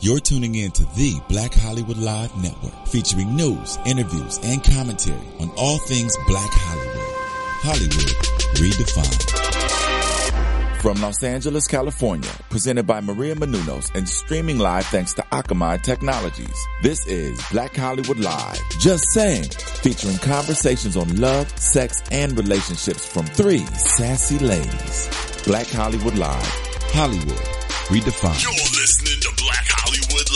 You're tuning in to the Black Hollywood Live Network, featuring news, interviews, and commentary on all things Black Hollywood. Hollywood redefined. From Los Angeles, California, presented by Maria Menunos and streaming live thanks to Akamai Technologies. This is Black Hollywood Live. Just saying, featuring conversations on love, sex, and relationships from three sassy ladies. Black Hollywood Live. Hollywood redefined. You're listening to Black Hollywood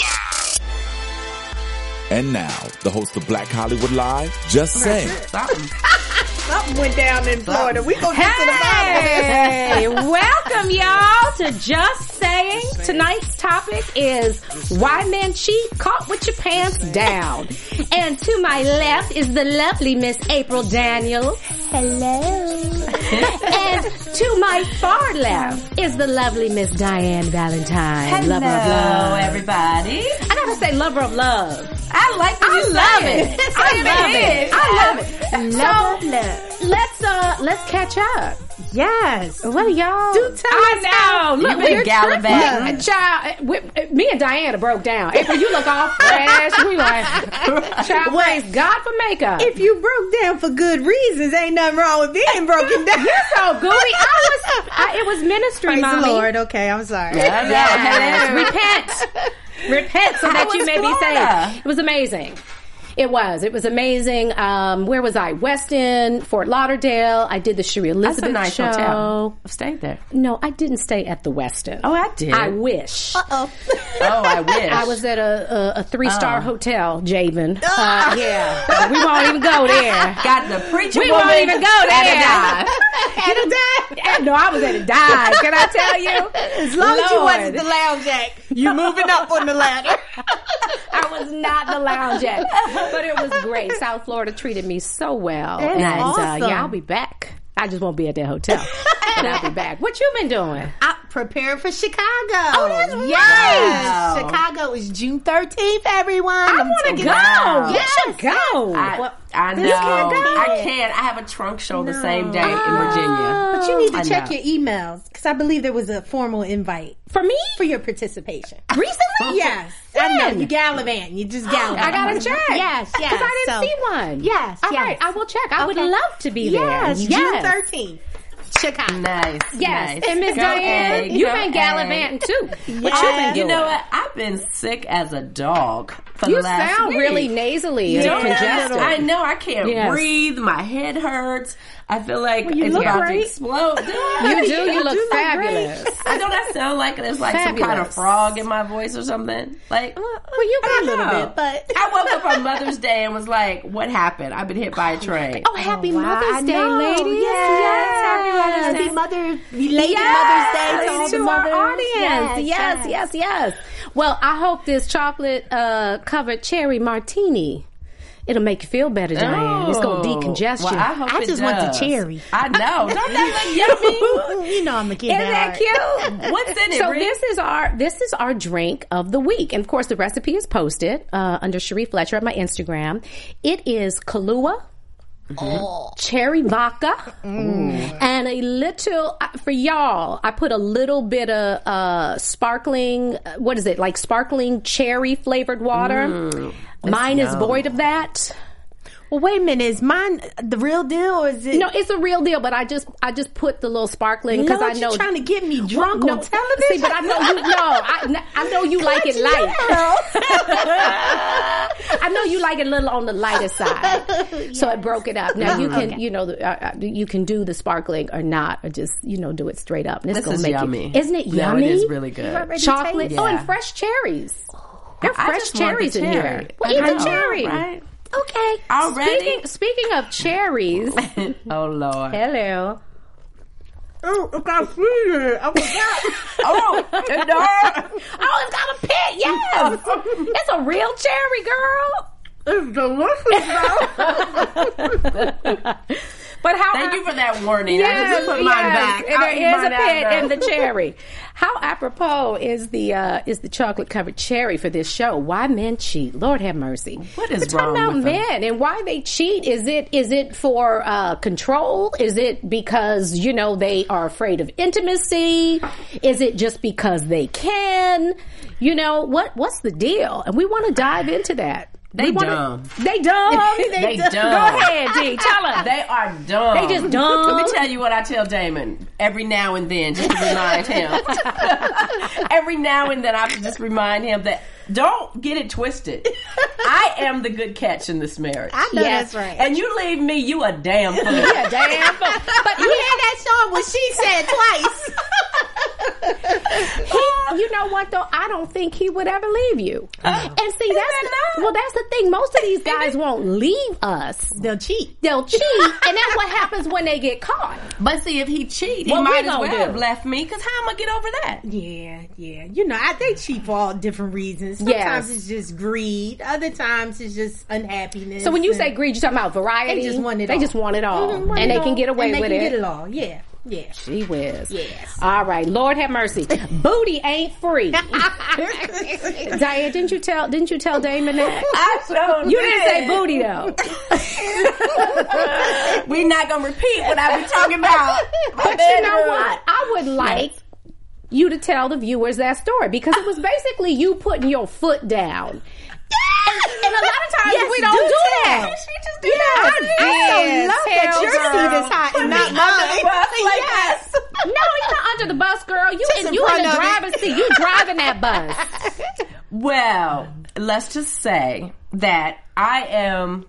Live. And now, the host of Black Hollywood Live, just saying. Something went down in Florida. We gonna get to the Hey, bottom of this. welcome y'all to Just Saying. Tonight's topic is why men cheat caught with your pants down. And to my left is the lovely Miss April Daniels. Hello. and to my far left is the lovely Miss Diane Valentine. Hello, lover of love. everybody. I gotta say lover of love. I like when I you say love it. I Say love it. I again. love it. Love so, Let's uh let's catch up. Yes. What are y'all? Do tell I know. Look, You've been we're gallivanting. tripping. Child, eh, we, me and Diana broke down. April, you look all fresh. We like, child, praise God for makeup. If you broke down for good reasons, ain't nothing wrong with being broken down. You're so gooey. I was, I, it was ministry, Praise mommy. the Lord. Okay, I'm sorry. I know. Yes. Repent. Repent so that How you was may be Florida? saved. It was amazing. It was. It was amazing. Um, where was I? Weston, Fort Lauderdale. I did the Sherry That's a Elizabeth nice show. hotel. I've stayed there. No, I didn't stay at the Weston. Oh, I did. I wish. oh, I wish. Uh. I was at a, a, a three star hotel, Javen. Uh, yeah, we won't even go there. got the preacher We woman won't even go there. at a dive. At a dive? No, I was at a dive. Can I tell you? As As long as you wasn't the lounge act, you moving up on the ladder. I was not the lounge at, but it was great. South Florida treated me so well, That's and uh, awesome. yeah, I'll be back. I just won't be at that hotel, but I'll be back. What you been doing? I'm preparing for Chicago. Oh, that's right. Yes. Chicago is June 13th, everyone. I I'm want to taking- go. out. You should go. I, I know. can't go. I can't. I have a trunk show the same day in Virginia. But you need to I check know. your emails because I believe there was a formal invite for me? for your participation. Recently? Yes, I know you gallivant. You just gallivant. I gotta check. Yes, yes. Because I didn't Oh. So- see one. Yes, All yes. right, I will check. I would Okay. love to be there. Yes, June yes. thirteenth, Chicago. Nice. Yes, nice. and Miss Go Diane, egg, you go been egg. gallivanting too. What you Yes. been You doing? know what? I've been sick as a dog for You the last sound week. really nasally Yeah, and congested. I know I can't Yes. breathe. My head hurts. I feel like you it's look about great. to explode. Dude, You do. You I do look look fabulous. I know that sound like there's like some kind Fabulous. Oh, of frog in my voice or something. Like Well, you A got little know. bit, but I woke up on Mother's Day and was like, "What happened? I've been hit by a train." Oh, happy Mother's Day, ladies! Yes, happy Mother's Day. Happy Mother, belated Mother's Day to all the to mothers. our audience. Yes, Yes, yes, yes. Well, I hope this chocolate uh, covered cherry martini. It'll make you feel better, Diane. It's gonna Oh. decongest Well, you. I, hope I it just want the does. cherry. I know. Don't that look yummy? you know I'm a kid. Isn't that cute? What's in it, So Ree? this is our this is our drink of the week, and of course the recipe is posted uh, under Cherie Fletcher at my Instagram. It is Kahlua, Mm-hmm. cherry vodka, and a little uh, for y'all. I put a little bit of uh, sparkling. uh, What is it like? Sparkling cherry flavored water. Mm. Mine is void of that. Well, wait a minute. Is mine the real deal, or is it? No, it's a real deal, but I just I just put the little sparkling because I Lord, you know trying to get me drunk no, on television. See, but I know you no, I, I know you like it light. I know you like it a little on the lighter side, so it broke it up. Now you Uh-huh. can, you know, the- uh, uh, you can do the sparkling or not, or just you know do it straight up. And it's This gonna is make yummy. You, isn't it No, yummy? it is really good. Chocolate. taste Oh, it. and fresh cherries. There are I fresh just want the cherries in cherry. here. Well, I eat the know, cherry. right? Okay. Already? Speaking, speaking of cherries, Oh Lord. hello. Oh, I got fever. I was Oh no. Oh, it's got a pit. Yes, it's a real cherry, girl. it's delicious. But how? Thank you for that warning. I just put mine back. And I'll eat there is mine a out pit now. in the cherry. How apropos is the uh, is the chocolate covered cherry for this show? Why men cheat? Lord have mercy. What is We're talking wrong about with them? men and why they cheat? Is it is it for uh, control? Is it because you know they are afraid of intimacy? Is it just because they can? You know what what's the deal? And we want to dive into that. They We wanna- dumb. They dumb. They dumb. Go ahead, D. Tell us. They are dumb. They just dumb. Let me tell you what I tell Damon every now and then, just to remind him. every now and then, I just remind him that don't get it twisted. I am the good catch in this marriage, I know Yes. that's right. and you leave me, you a damn fool. Yeah, damn. But you had that song when she said twice. he, you know what though? I don't think he would ever leave you. Oh. and see, that's that the, not? well, that's the thing. Most of these guys won't leave us. They'll cheat. They'll cheat, and that's what happens when they get caught. But see, if he cheat, he What we might as gonna well do? have left me. Because how am I get over that? Yeah, yeah. You know, I, they cheat for all different reasons. Yes. Sometimes it's just greed. Other times it's just unhappiness. So when you and- say greed, you're talking about variety. They just want it They all. just want it all, Mhm, want and it they all. can get away and they with can it. Get it all. Yeah, yeah. She whiz. Yes. All right, Lord have mercy. Booty ain't free. Diane, didn't you tell? Didn't you tell Damon that? I so You didn't say booty though. We're not gonna repeat what I've been talking about. But you know what? I would like you to tell the viewers that story because it was basically you putting your foot down. And a lot of times Yes, we don't do do, that. that. She just did that. Yes, hell, girl. hot and not yes. No, you're not under the bus, girl. You Just in, in you in front the of it. driver's seat. You driving that bus. Well, let's just say that I am.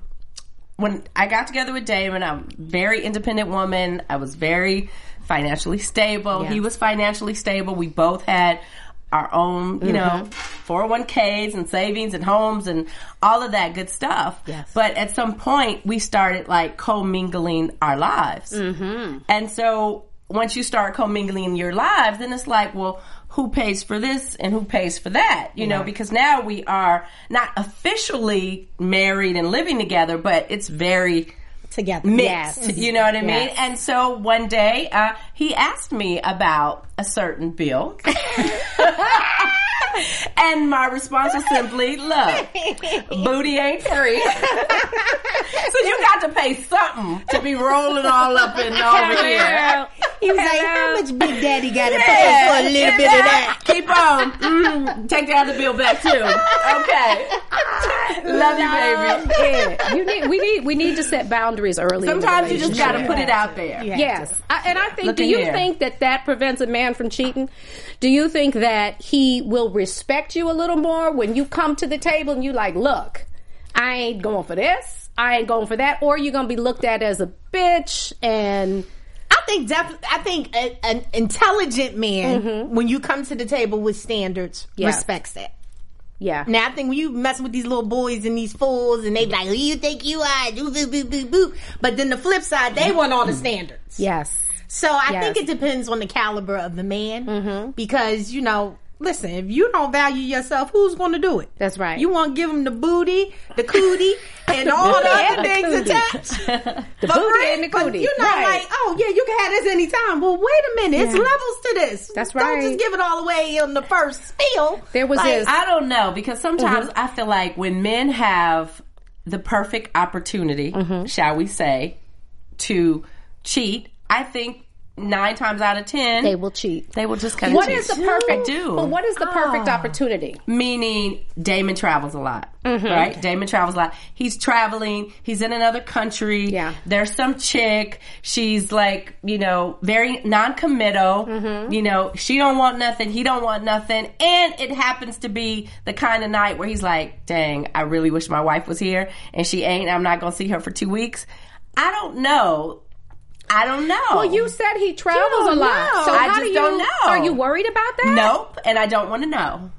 When I got together with Damon, I'm a very independent woman. I was very financially stable. Yeah. He was financially stable. We both had our own, you know, Mm-hmm. 401ks and savings and homes and all of that good stuff. Yes. But at some point, we started like commingling our lives. Mm-hmm. And so once you start commingling your lives, then it's like, well, who pays for this and who pays for that? You know, because now we are not officially married and living together, but it's very together. mixed. You know what I mean? Yes. And so one day uh, he asked me about a certain bill. and my response was simply, look, booty ain't free. so you got to pay something to be rolling all up and over here. He was like, "How much Big Daddy got to Yeah. pay for a little bit of that?" Keep on. Mm, take the other bill back too. Okay. Love you, baby. Yeah, you need. We need. We need to set boundaries early. in the Sometimes you just relationship. got to put it out there. Yeah. Yes, I, and I think. Look do in you here. think that that prevents a man from cheating? Do you think that he will respect you a little more when you come to the table and you like, look, I ain't going for this, I ain't going for that, or you're gonna be looked at as a bitch and I think def- I think a, an intelligent man, Mm-hmm. when you come to the table with standards, Yeah. respects that. yeah. Now I think when you mess with these little boys and these fools, and they be like, "Who you think you are?" Boop, boop, boop, boop, boop. But then the flip side, they want all the standards. yes. So I Mm-hmm. Yes. Mm-hmm. think it depends on the caliber of the man, because you know, listen, if you don't value yourself, who's going to do it? That's right. You want to give them the booty, the cootie, and all the other things cootie. attached. The booty and the cootie. You're not Right. like, oh yeah, you can have this anytime. Well, wait a minute, it's Yeah. levels to this. That's Don't right. just give it all away on the first spiel. There was this- I don't know because sometimes I feel like when men have the perfect opportunity, shall we say, to cheat, I think nine times out of ten They will cheat. they will just kind of What cheat. is the perfect? I do? Oh. But what is the perfect opportunity? meaning Damon travels a lot, Mm-hmm. right? Damon travels a lot. He's traveling. He's in another country. Yeah. There's some chick. She's like, you know, very non-committal. Mm-hmm. You know, she don't want nothing. He don't want nothing. And it happens to be the kind of night where he's like, dang, I really wish my wife was here and she ain't. I'm not going to see her for two weeks. I don't know. I don't know. Well, you said he travels a don't lot. know. So I how just do you don't know. Are you worried about that? Nope. And I don't want to know.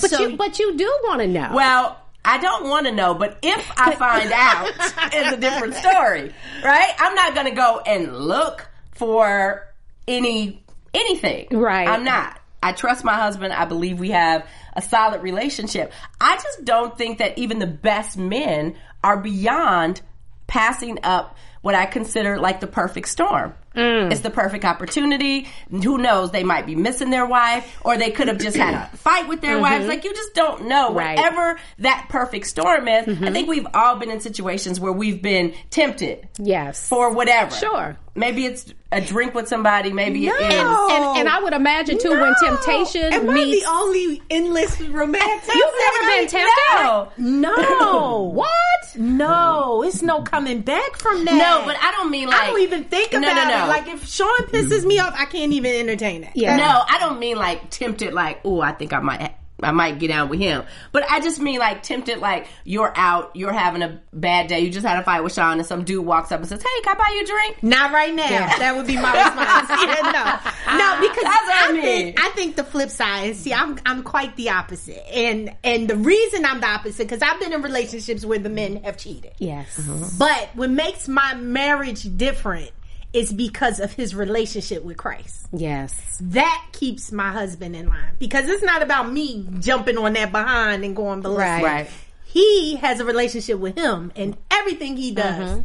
But you but you do want to know. Well, I don't want to know, but if I find out, it's a different story, right? I'm not going to go and look for any anything. Right. I'm not. I trust my husband. I believe we have a solid relationship. I just don't think that even the best men are beyond passing up what I consider like the perfect storm. Mm. It's the perfect opportunity. Who knows? They might be missing their wife, or they could have just had a fight with their wives. Like you just don't know. Mm-hmm. Right. Mm-hmm. Whatever that perfect storm is, I think we've all been in situations where we've been tempted Yes. for whatever. Sure. Maybe it's a drink with somebody. Maybe No. it is. And, and, and I would imagine too when No. temptation Am I meets the only endless romantic? You've never been tempted? No. No. What? No, it's no coming back from that. No, but I don't mean like I don't even think No, about no, no. it. Like if Sean pisses me off, I can't even entertain it. Yeah. No, I don't mean like tempted like, oh, I think I might I might get out with him. But I just mean like tempted like you're out, you're having a bad day, you just had a fight with Sean and some dude walks up and says, Hey, can I buy you a drink? Not right now. That would be my response. yeah, no, no, because Ah, That's what I I, mean. think I think the flip side. is See, I'm I'm quite the opposite, and and the reason I'm the opposite because I've been in relationships where the men have cheated. Yes. But what makes my marriage different is because of his relationship with Christ. Yes. That keeps my husband in line because it's not about me jumping on that behind and going below. Right. Right. He has a relationship with him, and everything he does.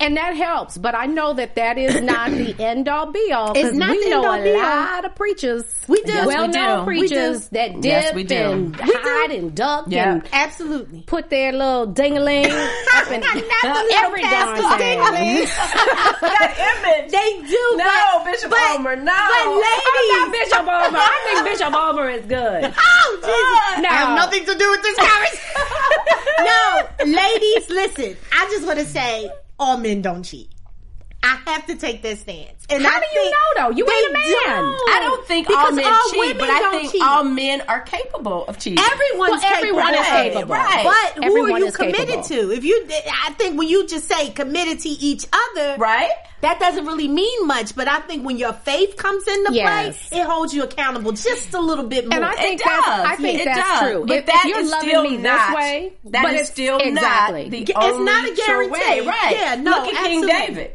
And that helps, but I know that that is not the end all be all. 'cause It's not we the know end-all, a be-all. lot of preachers, We do. Yes, we well known do. We do. preachers that dip Yes, we do. and We do. hide and duck Yeah. and Absolutely. put their little dingling up in every darn thing. that image. They do. No, but, Bishop but, Ulmer, no. But I'm not ladies, Bishop Obama. I think Bishop Obama is good. oh Jesus, No. I have nothing to do with this conversation. no, ladies, listen. I just want to say, all men don't cheat. I have to take that stance. And How I do you think know, though? You they ain't a man. don't. I don't think all Because men all cheat, women but I don't think cheat. all men are capable of cheating. Everyone's Well, everyone capable. is capable. Right. But Everyone who are you is committed capable. to? If you, I think when you just say committed to each other, Right? That doesn't really mean much, but I think when your faith comes into Yes. play, it holds you accountable just a little bit more. And I think does. that's I think It that's does. true. But if, that if you're is loving still me not- this way, that but is it's still not exactly. the It's not only a sure way. guarantee. Right. Yeah, no, Look at King absolutely. David.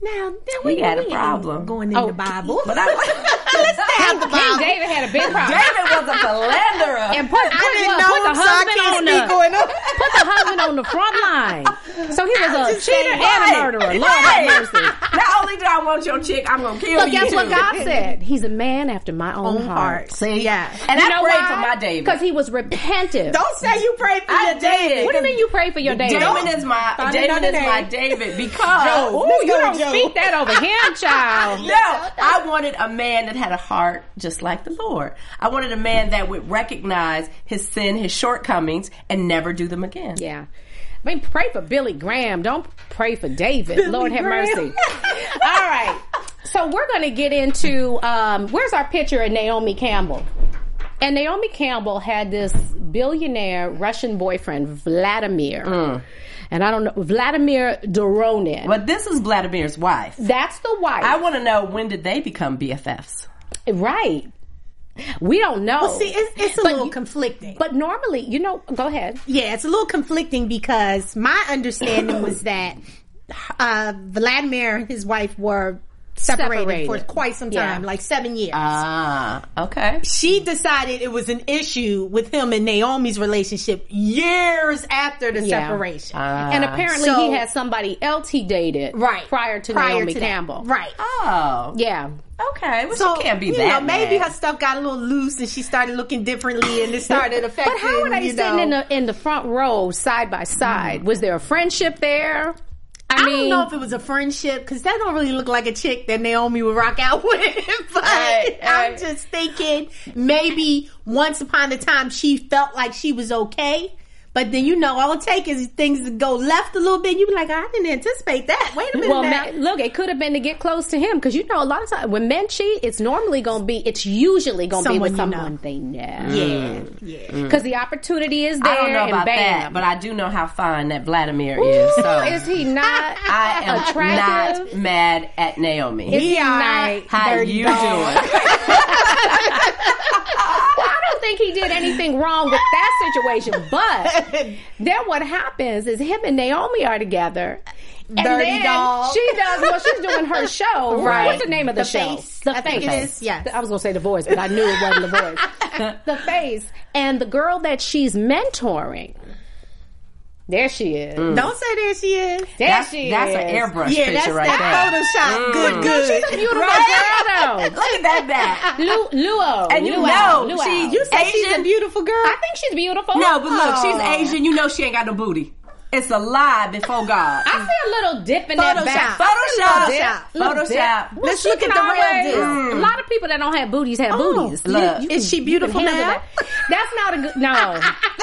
now, now He had a ain't problem. going in Oh, the Bible. But I Have the King Bible. David had a big problem. David was a philanderer. and put, put, I didn't what, know put him, the so I husband can't on speak the on him. put the husband on the front line. So he was a just saying, cheater and a Right. murderer. Lord Right. have mercy. Not only do I want your chick, I'm gonna kill But you. guess what too. God said? He's a man after my own, Own heart. See? Yeah. And I prayed for my David. because he was repentant. Don't say you prayed for I your David. did. What do you mean you pray for your David? Oh, Damon is my Find Damon another is my name. David because Joe. Ooh, Let's you go, don't Joe. speak that over him, child. No, I wanted a man that had a heart just like the Lord. I wanted a man that would recognize his sin, his shortcomings, and never do them again. Yeah. I mean, pray for Billy Graham. Don't pray for David. Lord have Graham. mercy. All right. So we're going to get into um, where's our picture of Naomi Campbell? And Naomi Campbell had this billionaire Russian boyfriend, Vladimir. Mm. And I don't know, Vladimir Doronin. But this is Vladimir's wife. That's the wife. I want to know when did they become BFFs? right. We don't know. See, it's, it's a But little you- conflicting. but normally, you know, go ahead. Yeah, it's a little conflicting because my understanding was that uh, Vladimir and his wife were separated, for Separated. quite some Yeah. Uh. time, like seven years. Ah, okay. she decided it was an issue with him and Naomi's relationship years after the Yeah. Uh. separation. Ah. and apparently, so- he had somebody else he dated right. prior to Naomi that. Campbell. Right. Oh, Yeah. okay. Well, So she can't be you that. know, maybe mad. her stuff got a little loose and she started looking differently and it started affecting. But how were they you know. sitting Mm. in the in the front row side by side? Was there a friendship there? I don't know if it was a friendship because that don't really look like a chick that Naomi would rock out with. but Right, I'm right. just thinking maybe once upon a time she felt like she was okay. But then you know all it takes is things to go left a little bit. You be like, I didn't anticipate that. Wait a minute well, now. ma- look, it could have been to get close to him because you know a lot of times when men cheat, it's normally going to be, it's usually going to be Someone with you know. someone they know. yeah, yeah. because the opportunity is there. I don't know and about bam. that, but I do know how fine that Vladimir Ooh, is. So is he not? I am attractive? not mad at Naomi. Is he all not? right. How dirty you dog. doing? I don't think he did anything wrong with that situation, but then what happens is him and Naomi are together. And Dirty then dog. she does well, she's doing her show. Right. What's the name of the, The show? Face. The I face. think it is, yes. I was gonna say the voice, but I knew it wasn't the voice. the face. And the girl that she's mentoring There she is. Don't say there she is. There Mm. That's, she that's is. an airbrush Yeah, picture that's right there. Mm. that Photoshop. Good, good. She's a beautiful girl, though. Look at that back. Lu- Luo. And you Luau, know Luau. she- you Say she's a Asian. beautiful girl. I think she's beautiful. No, but look, Oh. she's Asian. You know she ain't got no booty. It's a lie before God. Ah, I see a little dip in that back. Photoshop. Photoshop. Little dip. Photoshop. Well, Let's she look at can the real always- Mm. deal. A lot of people that don't have booties have booties. You- look. you Is can- she you can beautiful handle now? that. That's not a good. No, no,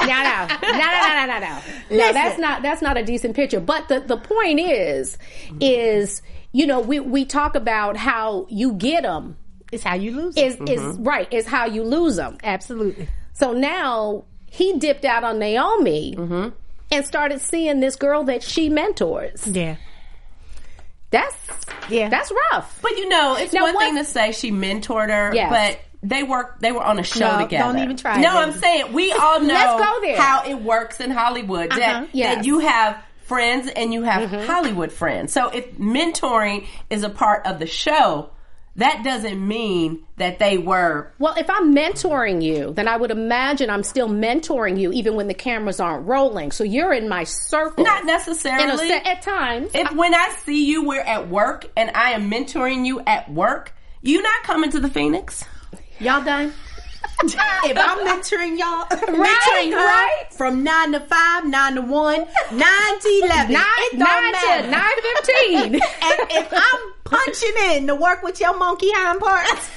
no, no, no, no, no, no. No, Listen. that's not that's not a decent picture. But the the point is, is you know we we talk about how you get them It's how you lose. is is right is how you lose them. Absolutely. So now he dipped out on Naomi. And started seeing this girl that she mentors. Yeah. That's Yeah. that's rough. But you know, it's Now, one what- thing to say she mentored her, Yes. but they work. They were on a show No, together. don't even try it, No, baby. I'm saying we all know go there. how it works in Hollywood. Uh-huh, Mm-hmm. That, yes. that you have friends and you have Hollywood friends. So if mentoring is a part of the show, that doesn't mean that they were. Well, if I'm mentoring you, then I would imagine I'm still mentoring you even when the cameras aren't rolling. So you're in my circle. Not in a necessarily. set, at times. if when I see you, we're at work, and I am mentoring you at work. You not coming to the Phoenix? Y'all done? if I'm mentoring y'all, mentoring her right. from nine to five, nine to one, nine to eleven, Nine, it don't nine matter. to nine fifteen. And if I'm punching in to work with your monkey hind parts,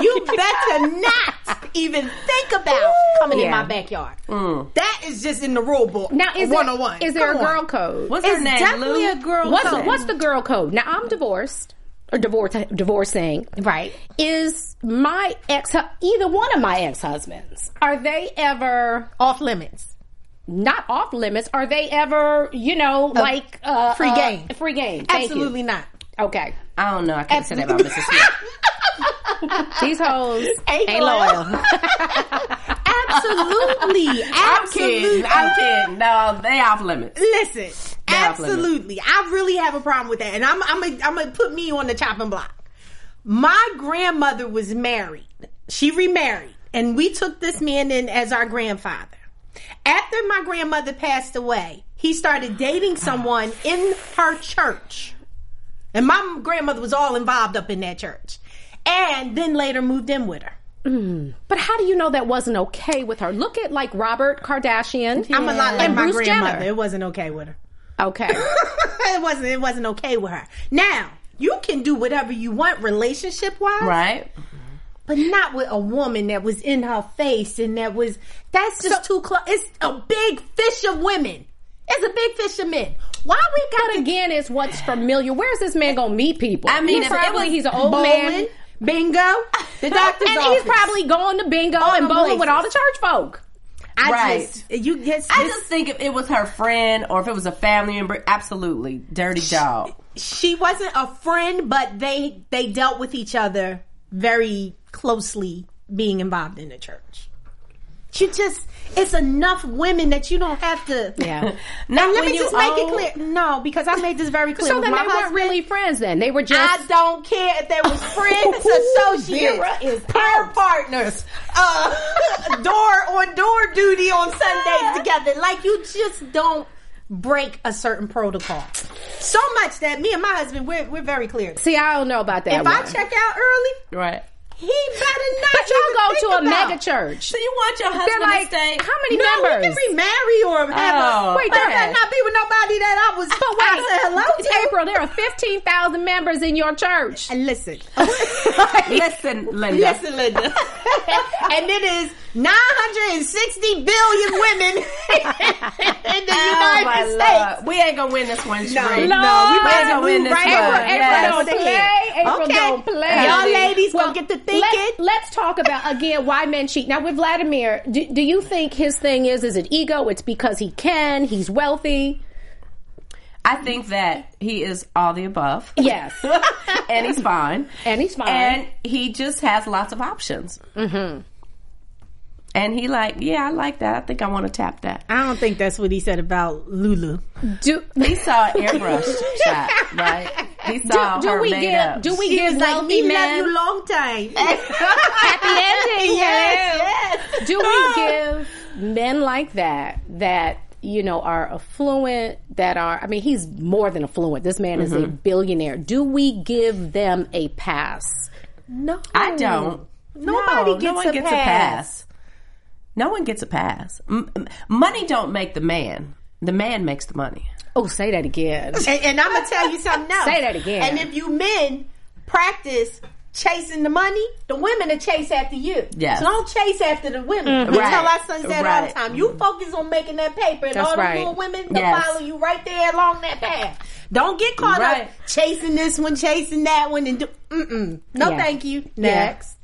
you better not even think about coming in Yeah. my backyard. That is just in the rule book. now is one there, on one. is there a girl code? What's her It's name? definitely Lou? a girl what's code. what's the girl code? Now I'm divorced or divorce divorcing. Right. Is my ex either one of my ex husbands? Are they ever Off limits. not off limits? Are they ever you know like uh, free uh, game. free game? Thank you. Absolutely not. Okay. I don't know. I can't say that about Mrs. Smith. These hoes Ain't ain't loyal. loyal. Absolutely. I'm Absolutely. kidding. I'm kidding. No, they off limits. Listen, Bad absolutely. I really have a problem with that, and I'm I'm i I'm gonna put me on the chopping block. My grandmother was married. She remarried, and we took this man in as our grandfather. After my grandmother passed away, he started dating Ah. someone in her church. And my grandmother was all involved up in that church. And then later moved in with her. But how do you know that wasn't okay with her? Look at like Robert Kardashian. I'm a lot like And my Bruce grandmother. Jenner. It wasn't okay with her. Okay. it wasn't it wasn't okay with her. Now you can do whatever you want relationship wise, Right? But not with a woman that was in her face and that was that's just too close. It's a big fish of women. It's a big fish of men. Why we got But to again, it's what's familiar. Where's this man gonna meet people? I mean, he's if it probably was he's an old man, bowling, bingo, the doctor's and office? he's probably going to bingo All and the bowling with places. all the church folk. I Right. just you get I just think if it was her friend or if it was a family member, absolutely. Dirty dog. she wasn't a friend, but they they dealt with each other very closely, being involved in the church. You just it's enough women that you don't have to. Yeah. Now, And let when me you just make own- it clear. No, because I made this very clear. so with then my they weren't husband. really friends. Then they were I just. don't care if they was friends, associates, Vera is prayer partners, uh, door on door duty on Sundays together. Like you just don't break a certain protocol. So much that me and my husband we're we're very clear. See, I don't know about that. If I one. check out early, Right. he better not. but you go even to a think about- mega church. So you want your They're husband like, to stay. how many No, he can members? remarry or have Oh, a. Wait, wait, but I go ahead. better not be with nobody that I was. But wait, I said hello it's to. April. There are fifteen thousand members in your church. And listen, Listen, Linda. listen, Linda. and it is 960 billion women in the Oh, my United Lord. States. We ain't gonna win this one, Sheree. no, we might as better well win move this right one. on. April, Yes. April don't play. April Okay. don't play. Y'all ladies gonna get to thinking. Let, us talk about again why men cheat. Now with Vladimir, do, do you think his thing is is it ego? It's because he can. He's wealthy. I think that he is all the above. Yes, and he's fine. and he's fine. and he just has lots of options. Mm-hmm. And he like, yeah, I like that. I think I want to tap that. I don't think that's what he said about Lulu. do He saw an airbrush shot, right? He saw do, do her we made give up. do we He Eh, give was like, "Me wealthy love men you long time." happy ending? yes, Ah. yes. Do we give men like that that you know, are affluent, that are, I mean, he's more than affluent. This man is a Mm-hmm. billionaire. Do we give them a pass? No, I don't. Nobody no gets one a gets pass. a pass. No one gets a pass. M- m- money don't make the man. The man makes the money. Oh, say that again. And, and I'm gonna tell you something else. Say that again. And if you men practice chasing the money, the women will chase after you. Yes. So don't chase after the women. Mm-hmm. We Right. tell our sons that all the Right. time. You focus on making that paper, and That's all the right. little women will Yes. follow you right there along that path. Don't get caught Right. up chasing this one, chasing that one, and do, mm-mm. No, Yeah. thank you. Next.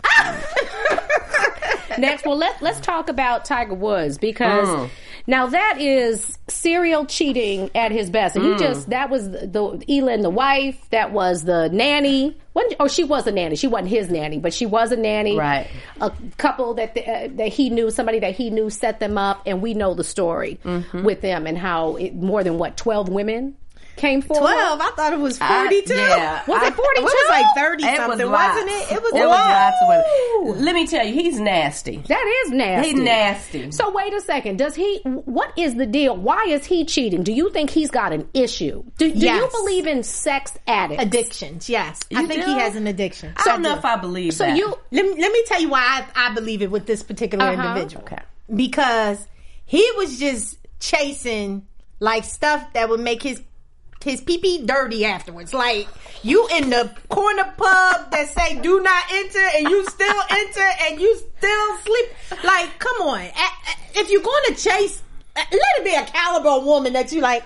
Next, well let let's talk about Tiger Woods because now that is serial cheating at his best. And he just that was the, the Elin, the wife. That was the nanny. When, oh, she was a nanny. She wasn't his nanny, but she was a nanny. Right. A couple that the, uh, that he knew, somebody that he knew, set them up, and we know the story with them and how it, more than what twelve women came forward. Twelve. I thought it was forty-two. yeah. Was it I- 42? It was like thirty It was something, lots. wasn't it? It was, There was lots of Woo! women. Let me tell you, he's nasty. That is nasty. He nasty. So wait a second. Does he? What is the deal? Why is he cheating? Do you think he's got an issue? Do, do you Yes. believe in sex addicts? addictions. Yes, I You think do? he has an addiction. I don't know if I believe So that. you let me, let me tell you why I, I believe it with this particular Uh-huh. individual. Okay. Because he was just chasing like stuff that would make his his pee pee dirty afterwards. Like you in the corner pub that say do not enter and you still enter and you still sleep. Like come on. A- a- If you're going to chase let it be a caliber woman that you like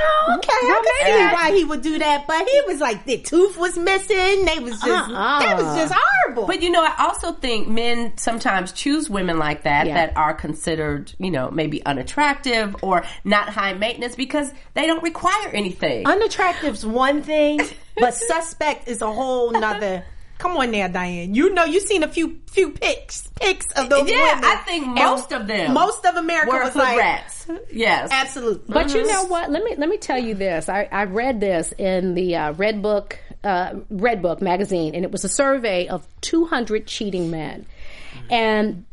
Oh, okay. I can see Romantic. why he would do that, but he was like the tooth was missing. They was just that was just horrible. But you know, I also think men sometimes choose women like that Yeah. that are considered, you know, maybe unattractive or not high maintenance because they don't require anything. Unattractive's one thing, but suspect is a whole nother. Come on now, Diane. You know you've seen a few few pics pics of those Yeah, women. I think And most of them most of America Were was hood like rats. Yes. absolutely. But you know what? Let me let me tell you this. I, I read this in the uh, Red Book uh, Red Book magazine, and it was a survey of 200 cheating men, Mm-hmm. and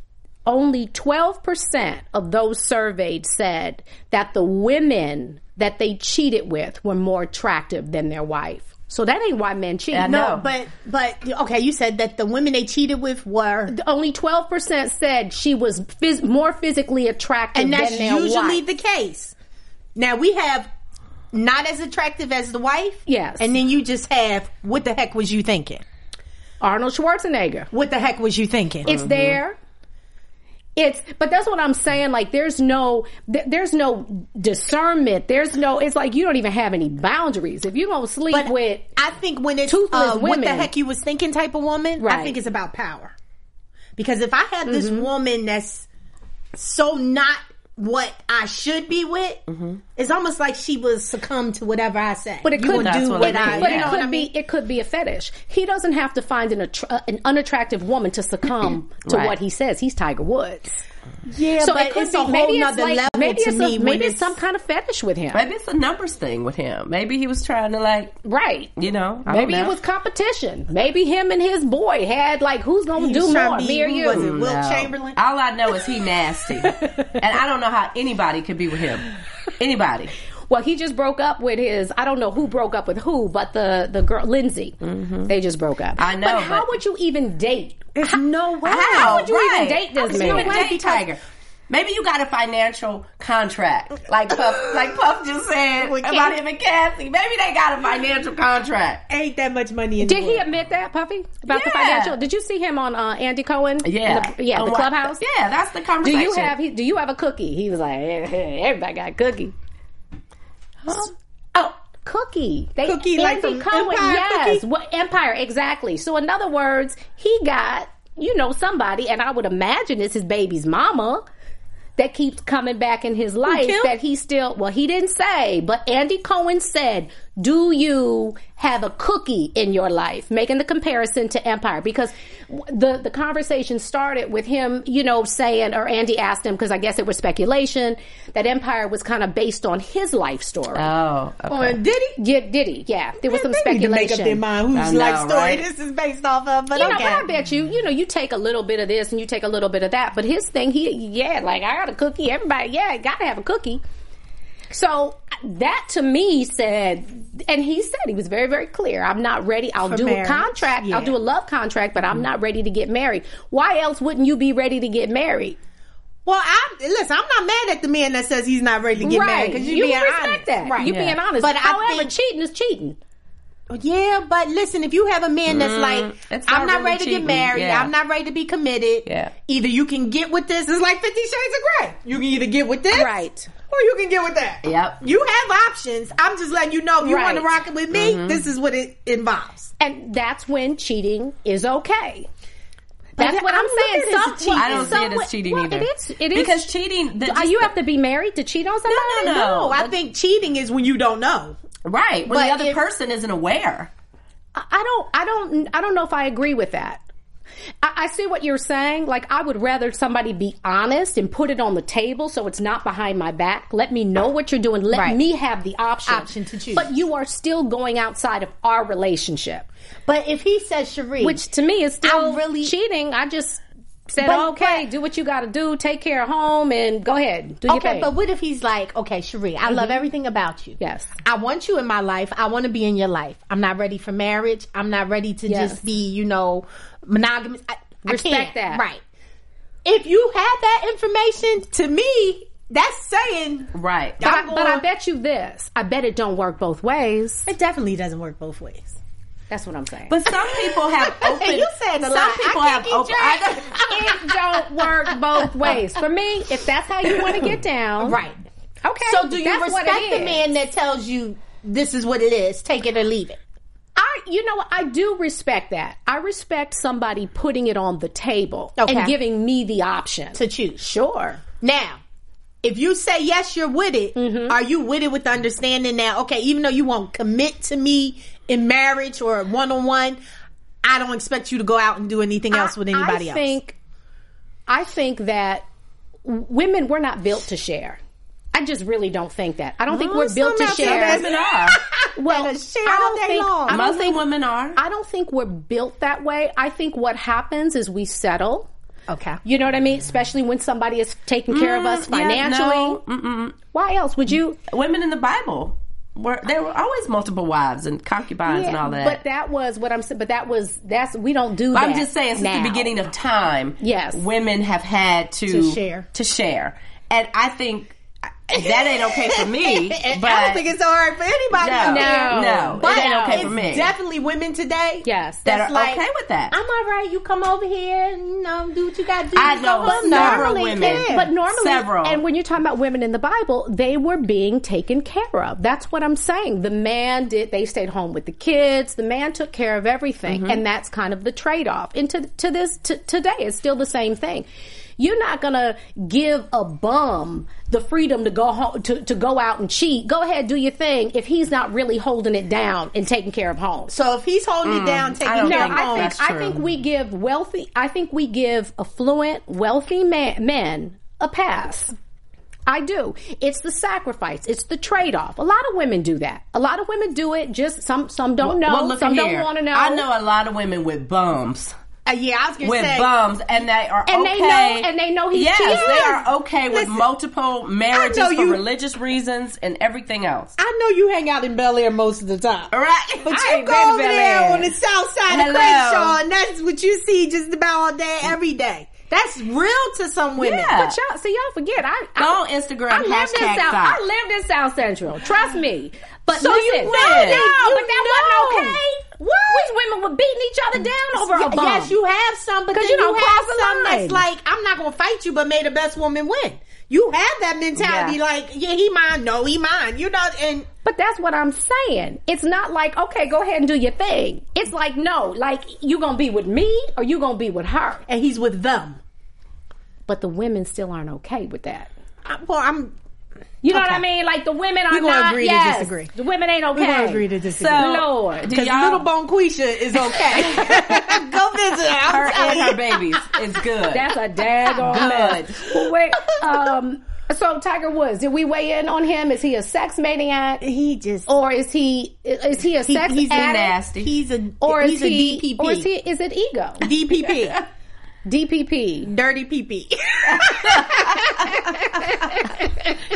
only 12 percent of those surveyed said that the women that they cheated with were more attractive than their wife. So that ain't why men cheat. I know. no, but but okay, you said that the women they cheated with were, Only 12% said she was phys- more physically attractive and that's than their usually wife. the case. Now we have not as attractive as the wife. Yes. and then you just have what the heck was you thinking? Arnold Schwarzenegger. What the heck was you thinking? It's there. It's but that's what I'm saying. Like there's no th- there's no discernment. There's no. It's like you don't even have any boundaries. If you don't sleep But with I think when it's toothless uh, what the women. heck you was thinking type of woman, Right. Mm-hmm. I think it's about power. Because if I have this woman that's so not what I should be with, it's almost like she will succumb to whatever I say. Mm-hmm. But it You could will That's do what what I I, mean, but you it know could what I mean? be it could be a fetish. He doesn't have to find an attr- an unattractive woman to succumb to Right. what he says. He's Tiger Woods. yeah, So but it could it's be a whole maybe it's nother like, level maybe to it's me. a, when maybe it's it's- some kind of fetish with him. Maybe it's a numbers thing with him. Maybe he was trying to like, Right. you know, I Maybe don't it know. was competition. Maybe him and his boy had like who's gonna He do was trying more, to be- me or who you? was it, Wilt No. Chamberlain? All I know is he nasty, and I don't know how anybody could be with him. Anybody? Well, he just broke up with his. I don't know who broke up with who, but the the girl Lindsay. They just broke up. Mm-hmm. I know, But how but- would you even date? There's no way. How would you even date this How could you man? even date Tiger? Maybe you got a financial contract, like Puff, like Puff just said With about Cassie. him and Cassie. Maybe they got a financial contract. ain't that much money in Did the he world. admit that, Puffy? About the Yeah. financial? Did you see him on uh, Andy Cohen? Yeah, the, yeah, Oh, the what- clubhouse. Yeah, that's the Do conversation. you have? He, do you have a cookie? He was like, "Eh, eh, everybody got a cookie. Oh, cookie. They, Cookie, like Andy from Cohen. Empire yes, cookie? what Empire exactly? So in other words, he got you know somebody, and I would imagine it's his baby's mama. That keeps coming back in his life Kim? that he still well he didn't say but Andy Cohen said do you have a cookie in your life, making the comparison to Empire because w- the the conversation started with him, you know, saying or Andy asked him because I guess it was speculation that Empire was kind of based on his life story. Oh, Oh, okay. and did he? yeah, did he? Yeah, there was some They need to make up speculation. their mind whose I know, life story right? this is based off of. But You know, okay. but I bet you, you know, you take a little bit of this and you take a little bit of that. But his thing, he, yeah, like I got a cookie. Everybody, yeah, got to have a cookie. So that to me said, and he said he was very, very clear. I'm not ready. I'll For do marriage, a contract. yeah. I'll do a love contract, but I'm not ready to get married. Why else wouldn't you be ready to get married? Well, I listen. I'm not mad at the man that says he's not ready to get married because you, you being respect honest. that. Right. You Yeah. being honest. But But I however, think- cheating is cheating. Yeah, but listen, if you have a man that's like, Mm, it's I'm not not really ready to cheating. get married, Yeah. I'm not ready to be committed. Yeah. Either you can get with this, it's like Fifty Shades of Grey. You can either get with this, Right. or you can get with that. Yep. You have options. I'm just letting you know if you want to Right. rock it with me, Mm-hmm. this is what it involves. And that's when cheating is okay. That's But what I I'm don't look saying. at it as Some- cheating. I don't see it somewhat- as cheating well, either. It is. It is because cheating. The, Uh, you have to be married to cheat on somebody. No. No, Oh, I Oh, but- think cheating is when you don't know. right when the But other if- person isn't aware. I I don't. I don't. I don't know if I agree with that. I, I see what you're saying. Like I would rather somebody be honest and put it on the table, so it's not behind my back. Let me know what you're doing. Let Right. me have the option. Option to choose. But you are still going outside of our relationship, But if he says Cherie, which to me is still I really- cheating. I just said, But- okay, but- do what you got to do. Take care of home and go ahead. Do your Okay, thing. but what if he's like, okay, Cherie, I love everything about you. Mm-hmm. Yes. I want you in my life. I want to be in your life. I'm not ready for marriage. I'm not ready to Yes. just be, you know, monogamous. I, I can't. Respect that. Right. If you had that information, to me, that's saying Right. But I, I'm but I going- bet you this. I bet it don't work both ways. it definitely doesn't work both ways. That's what I'm saying. But some people have open. you said a some lot. I people can't have keep open. track. I don't- it don't work both ways. For me, if that's how you want to get down, Right. Okay. So do you that's what respect it the is. man that tells you this is what it is, take it or leave it? I, you know, what? I do respect that. I respect somebody putting it on the table Okay. and giving me the option To choose. Sure. Now, if you say yes, you're with it. Are you with it with the understanding that okay, even though you won't commit to me in marriage or one on one, I don't expect you to go out and do anything else with I- anybody I else. think, I think that w- women were not built to share. I just really don't think that. I don't think Well, we're built to some share. out there Women are. well, Gotta share I all don't day think long. I don't Mostly think, women are. I don't think we're built that way. I think what happens is we settle. okay. You know what I mean? Especially when somebody is taking care of us Mm, yeah, financially. no, mm-mm. Why else would you? Women in the Bible were there were always multiple wives and concubines and all that. But that was what I'm saying. But that was that's we don't do that. I'm just saying, since now. the beginning of time, Yes. women have had to, To share. to share, and I think that ain't okay for me. but I don't think it's hard for anybody. no, out there. No. no, But it ain't okay it's for me. definitely women today. Yes. that that's are like, okay with that. I'm all right. You come over here and you know, do what you got to do. I You know go home. several Normally, women. yeah. But normally, Several. and when you're talking about women in the Bible, they were being taken care of. That's what I'm saying. The man did; they stayed home with the kids. The man took care of everything, Mm-hmm. and that's kind of the trade-off. And to, to this to today, it's still the same thing. You're not gonna give a bum the freedom to go home to, to go out and cheat. Go ahead, do your thing. If he's not really holding it down and taking care of home, so if he's holding it down, taking don't care no, of think home, I that's think I true. think we give wealthy. I think we give affluent, wealthy man, men a pass. I do. It's the sacrifice. It's the trade off. A lot of women do that. A lot of women do it. Just some some don't know. well, look some here. don't want to know. I know a lot of women with bums. Uh, yeah, I was gonna with say. bums, and they are And okay. they know- and they know he's yes, cheating. they are okay with Listen, multiple marriages know for you- religious reasons and everything else. I know you hang out in Bel Air most of the time. All right, But I you ain't go been to over Bel there Air. on the south side Hello. of Crenshaw, and that's what you see just about all day, every day. That's real to some women. Yeah. But y'all, see y'all forget. I Go on I, Instagram. I lived in hashtag South. thought. I lived in South Central. Trust me. But So you listen, know no, that. no, You but that know. wasn't okay. Which women were beating each other down over a Y- bum? Yes, you have some, but 'Cause then you, you don't have cross the some line. that's like, I'm not going to fight you, but may the best woman win. You have that mentality, Yeah. like, yeah, he mine, no, he mine. You know, and But that's what I'm saying. It's not like, okay, go ahead and do your thing. It's like, no, like you gonna be with me or you gonna be with her. and he's with them. But the women still aren't okay with that. I, well, I'm You know what Okay. I mean? Like the women are We gonna not. agree to yes, disagree. The women ain't okay. We're gonna agree to disagree. So, Lord. do Because y'all- little bone Quisha is okay. Go visit her. her I'm telling and her you. babies. It's good. That's a daggone Good. mess. Well, wait. Um, so Tiger Woods, did we weigh in on him? Is he a sex maniac, He just or is he is he a he- sex he's addict, nasty. He's a or is he's a he DPP. or is he is it ego DPP. DPP? Dirty PP.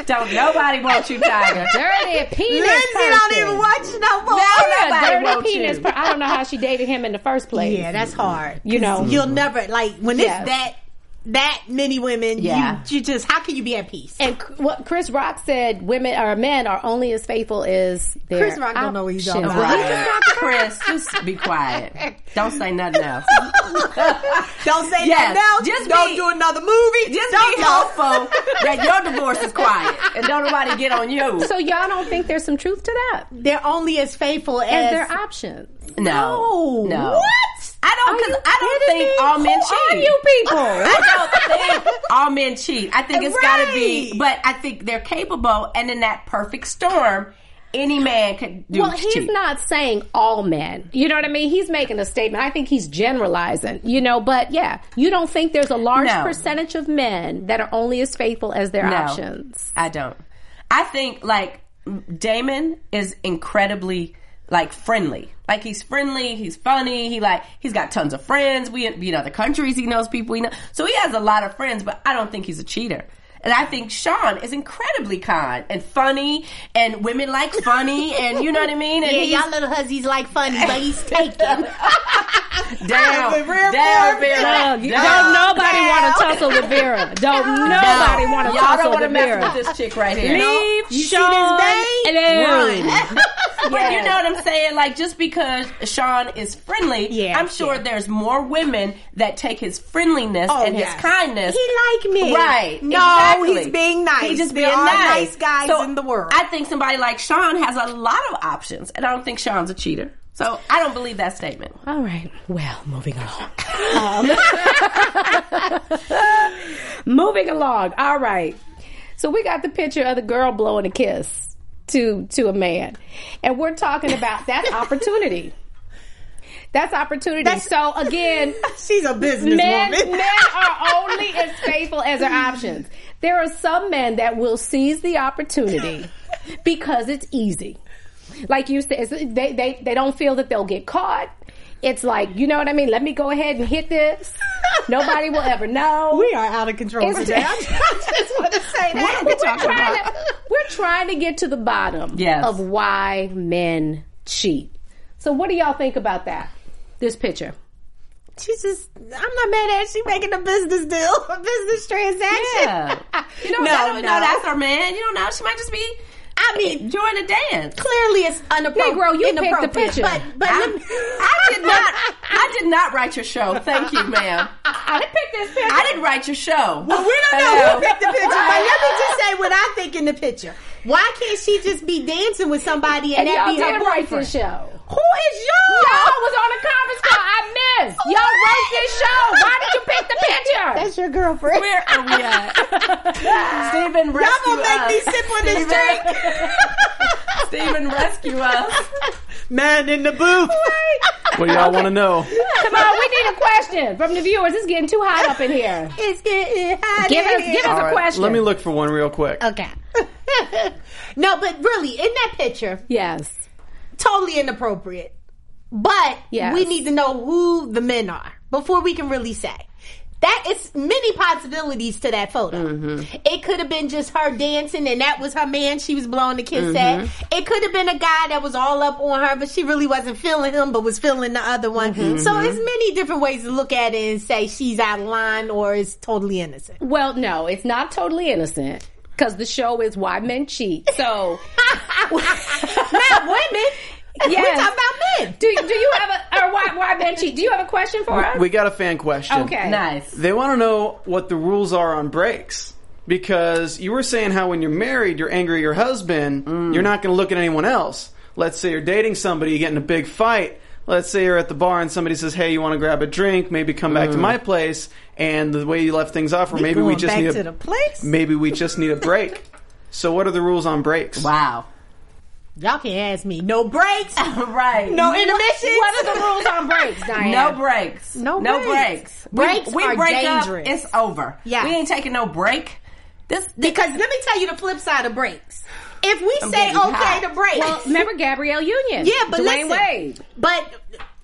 Don't nobody want you, Tiger. Dirty penis. Lindsay don't person. even watch no more. No, A nobody Dirty want penis. you. per- I don't know how she dated him in the first place. Yeah, that's hard. You know. you'll never like when Yes. it's that that many women. Yeah. You, you just how can you be at peace? And c- what Chris Rock said, women or men are only as faithful as their. Chris Rock don't know what he's options. talking about. Well, he- Right. Chris, just be quiet. Don't say nothing else. Don't say that Yes, now. just don't be- do another movie. Just don't be do- hopeful that your divorce is quiet and don't nobody get on you. So y'all don't think there's some truth to that? They're only as faithful as, As their options. No. no, no. What? I don't. Are you Cause I don't kidding think me? all Who Are you men cheat. people? I don't think all men cheat. I think it's got to be, Right. but I think they're capable. And in that perfect storm, any man could do. Well, he's cheat. not saying all men. You know what I mean? He's making a statement. I think he's generalizing, you know, but yeah, you don't think there's a large No. percentage of men that are only as faithful as their options. I don't. I think like Damon is incredibly like friendly. Like he's friendly, he's funny, he like he's got tons of friends. We in, we in other countries, he knows people. He know, so he has a lot of friends, but I don't think he's a cheater. And I think Sean is incredibly kind and funny, and women like funny, and you know what I mean. And he's little hussies like funny, but he's taken. down, I've been real down, for him. Vera, Don't down. nobody want to tussle with Vera. Don't nobody want to Y'all don't tussle want to with mess Vera. with this chick right here. Leave You see Sean this babe? alone. But you know what I'm saying? Like, just because Sean is friendly, Yeah, I'm sure yeah. there's more women that take his friendliness Oh, and yes. his kindness. He like me. Right. No, exactly. he's being nice. He just There being are nice. nice guys So, in the world. I think somebody like Sean has a lot of options, and I don't think Sean's a cheater. So I don't believe that statement. All right. Well, moving along. Um, moving along. All right. So we got the picture of the girl blowing a kiss to to a man, and we're talking about that's opportunity. That's opportunity. so again, She's a businesswoman. men men are only as faithful as their options. There are some men that will seize the opportunity because it's easy. Like you said, it's- they they they don't feel that they'll get caught. It's like you know what I mean. Let me go ahead and hit this. Nobody will ever know. we are out of control It's- today. I just want to say that. we're, trying to, we're trying to get to the bottom Yes. of why men cheat. So, what do y'all think about that? This picture. She's just, I'm not mad at her. She making a business deal, a business transaction. Yeah. You don't, No, I don't know no. that's her man. You don't know. She might just be I mean, enjoying the dance. clearly it's unappropriate. Negro, you picked the inappropriate, picture. But, but I, let me- I did not. I did not write your show. Thank you, ma'am. I didn't pick this picture. I didn't write your show. Well, we don't know who picked the picture, but let me just say what I think in the picture. Why can't she just be dancing with somebody and, And that y'all be her didn't write boyfriend? this show. Who is y'all? Y'all Oh, was on a conference call. I missed. Oh, Y'all wrote this show. Why did you pick the picture? That's your girlfriend. Where are we at? Stephen, rescue Y'all gonna make us. me sip on this drink? Stephen, rescue us. Man in the booth. What do y'all want to know? Come on, we need a question from the viewers. It's getting too hot up in here. It's getting hot. Give in us, give here. us a question. Let me look for one real quick. Okay. no, but really, in that picture, Yes. totally inappropriate. But Yes. we need to know who the men are before we can really say. That is many possibilities to that photo. It could have been just her dancing and that was her man she was blowing the kiss at. It could have been a guy that was all up on her, but she really wasn't feeling him but was feeling the other one. So it's many different ways to look at it and say she's out of line or is totally innocent. Well, no, it's not totally innocent because the show is why men cheat. So, Not women. We're Yes. talking about men. do do you have a or why why men cheat? Do you have a question for us? We got a fan question. okay. Nice. They want to know what the rules are on breaks. Because you were saying how when you're married, you're angry at your husband, Mm. you're not going to look at anyone else. Let's say you're dating somebody, you get in a big fight. Let's say you're at the bar and somebody says, hey, you want to grab a drink, maybe come back to my place. And the way you left things off, or maybe we Mm. Going just back need to a, the place. maybe we just need a break. So what are the rules on breaks? Wow. Y'all can ask me. No breaks. Right. No intermissions. What are the rules on breaks, Diane? No breaks. No no breaks. breaks. We- Breaks we are break dangerous. up. It's over. Yeah. We ain't taking no break. This Because let me tell you the flip side of breaks. If we I'm say getting hot. okay to breaks, Well, remember Gabrielle Union? yeah, but listen. Dwayne Wade. But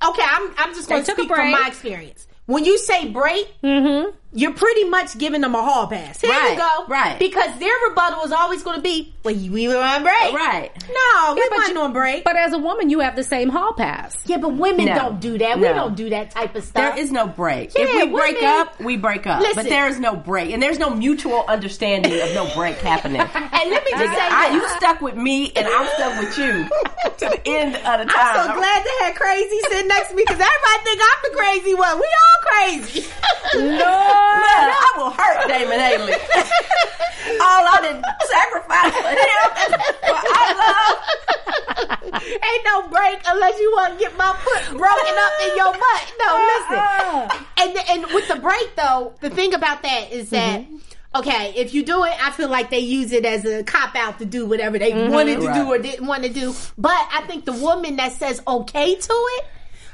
okay, I'm I'm just going to took a speak from break. Mm-hmm. my experience. When you say break, you're pretty much giving them a hall pass. Here you Right, go, right. Because their rebuttal is always going to be, "Well, you we were on break, Right. No, we Yeah, but weren't you- on break. But as a woman, you have the same hall pass. yeah, but women No. don't do that. We No. don't do that type of stuff. there is no break. Yeah, if we break women- up, we break up. Listen. But there is no break, and there's no mutual understanding of no break happening. and let me just say, I, this. you stuck with me, and I'm stuck with you to the end of the time. I'm so glad they had crazy sitting next to me because everybody think I'm the crazy one. We all crazy. Lord, I will hurt Damon Haley. All I did sacrifice for him, for I love. Ain't no break unless you want to get my foot broken up in your butt. No, listen. And and with the break though, the thing about that is that. Okay, if you do it, I feel like they use it as a cop out to do whatever they wanted to do or didn't want to do. But I think the woman that says okay to it,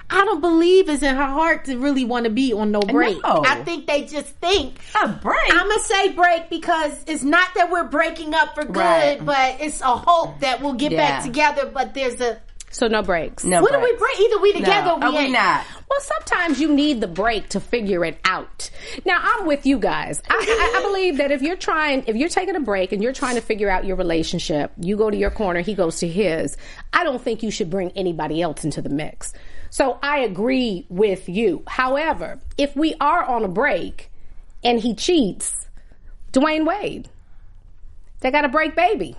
I don't believe is in her heart to really want to be on no break. No. I think they just think A break. I'm gonna say break because it's not that we're breaking up for good, Right. but it's a hope that we'll get back Yeah. together. But there's a So no breaks. no what do we breaks. break? Either we together, No. or we, Are we ain't. not? Well, sometimes you need the break to figure it out. Now, I'm with you guys. I, I, I believe that if you're trying, if you're taking a break and you're trying to figure out your relationship, you go to your corner, he goes to his. I don't think you should bring anybody else into the mix. So I agree with you. However, if we are on a break and he cheats, Dwayne Wade, they got a break baby.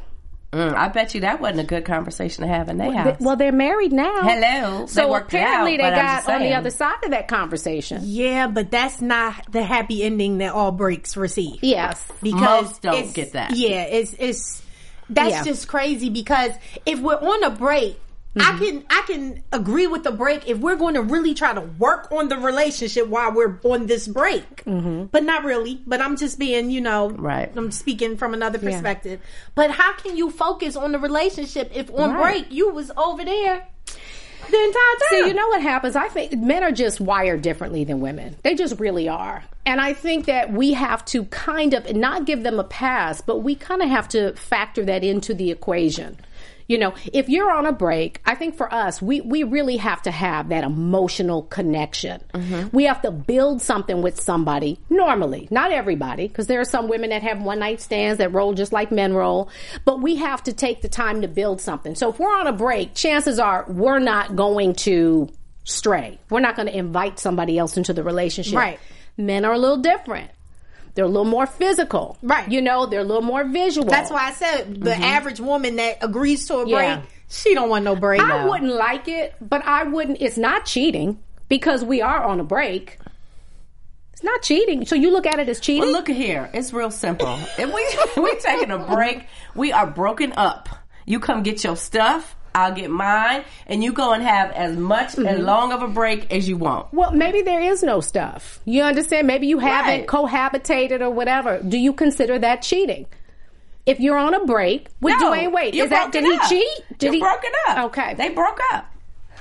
Mm, I bet you that wasn't a good conversation to have in their house. Well, they're married now. Hello. They So worked it out, apparently they but I'm got just on the saying. other side of that conversation. Yeah, but that's not the happy ending that all breaks receive. Yes. because Most don't it's- get that. Yeah, it's it's that's Yeah. just crazy because if we're on a break. I can I can agree with the break if we're going to really try to work on the relationship while we're on this break, but not really. But I'm just being, you know, Right. I'm speaking from another perspective. But how can you focus on the relationship if on Right. break you was over there the entire time? See, you know what happens? I think men are just wired differently than women. They just really are. And I think that we have to kind of not give them a pass, but we kind of have to factor that into the equation. You know, if you're on a break, I think for us, we, we really have to have that emotional connection. Mm-hmm. We have to build something with somebody normally, not everybody, because there are some women that have one night stands that roll just like men roll, but we have to take the time to build something. So if we're on a break, chances are we're not going to stray. We're not going to invite somebody else into the relationship. Right. Men are a little different. They're a little more physical. Right. You know, they're a little more visual. That's why I said the average woman that agrees to a break, Yeah. she don't want no break. I wouldn't like it, but I wouldn't. It's not cheating because we are on a break. It's not cheating. So you look at it as cheating. Well, look here. It's real simple. If we we taking a break, we are broken up. You come get your stuff. I'll get mine, and you go and have as much and long of a break as you want. Well, maybe there is no stuff. You understand? Maybe you haven't Right. cohabitated or whatever. Do you consider that cheating? If you're on a break with No, Dwayne Wade, you is that broke did it up. he cheat? Did you he broke it up? Okay, they broke up.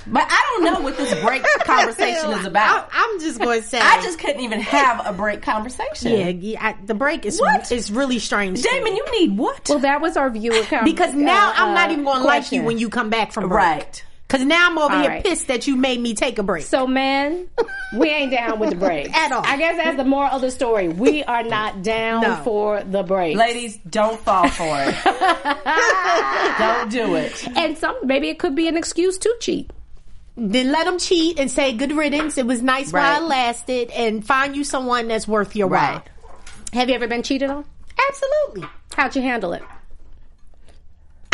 But I don't know what this break conversation is about. I, am just going to say. I just couldn't even have a break conversation. yeah, yeah I, the break is What? is really strange. to Damon, me. you need what? Well, that was our view of com- because now uh, I'm not even going to like you question. when you come back from break. right. Because now I'm over All here right. pissed that you made me take a break. So, man, we ain't down with the break At all. I guess that's the moral of the story. We are not down No. for the break. Ladies, don't fall for it. don't do it. and some maybe it could be an excuse to cheat. then let them cheat and say good riddance. It was nice while it Right. lasted, and find you someone that's worth your Right. Have you ever been cheated on? while. Absolutely. How'd you handle it?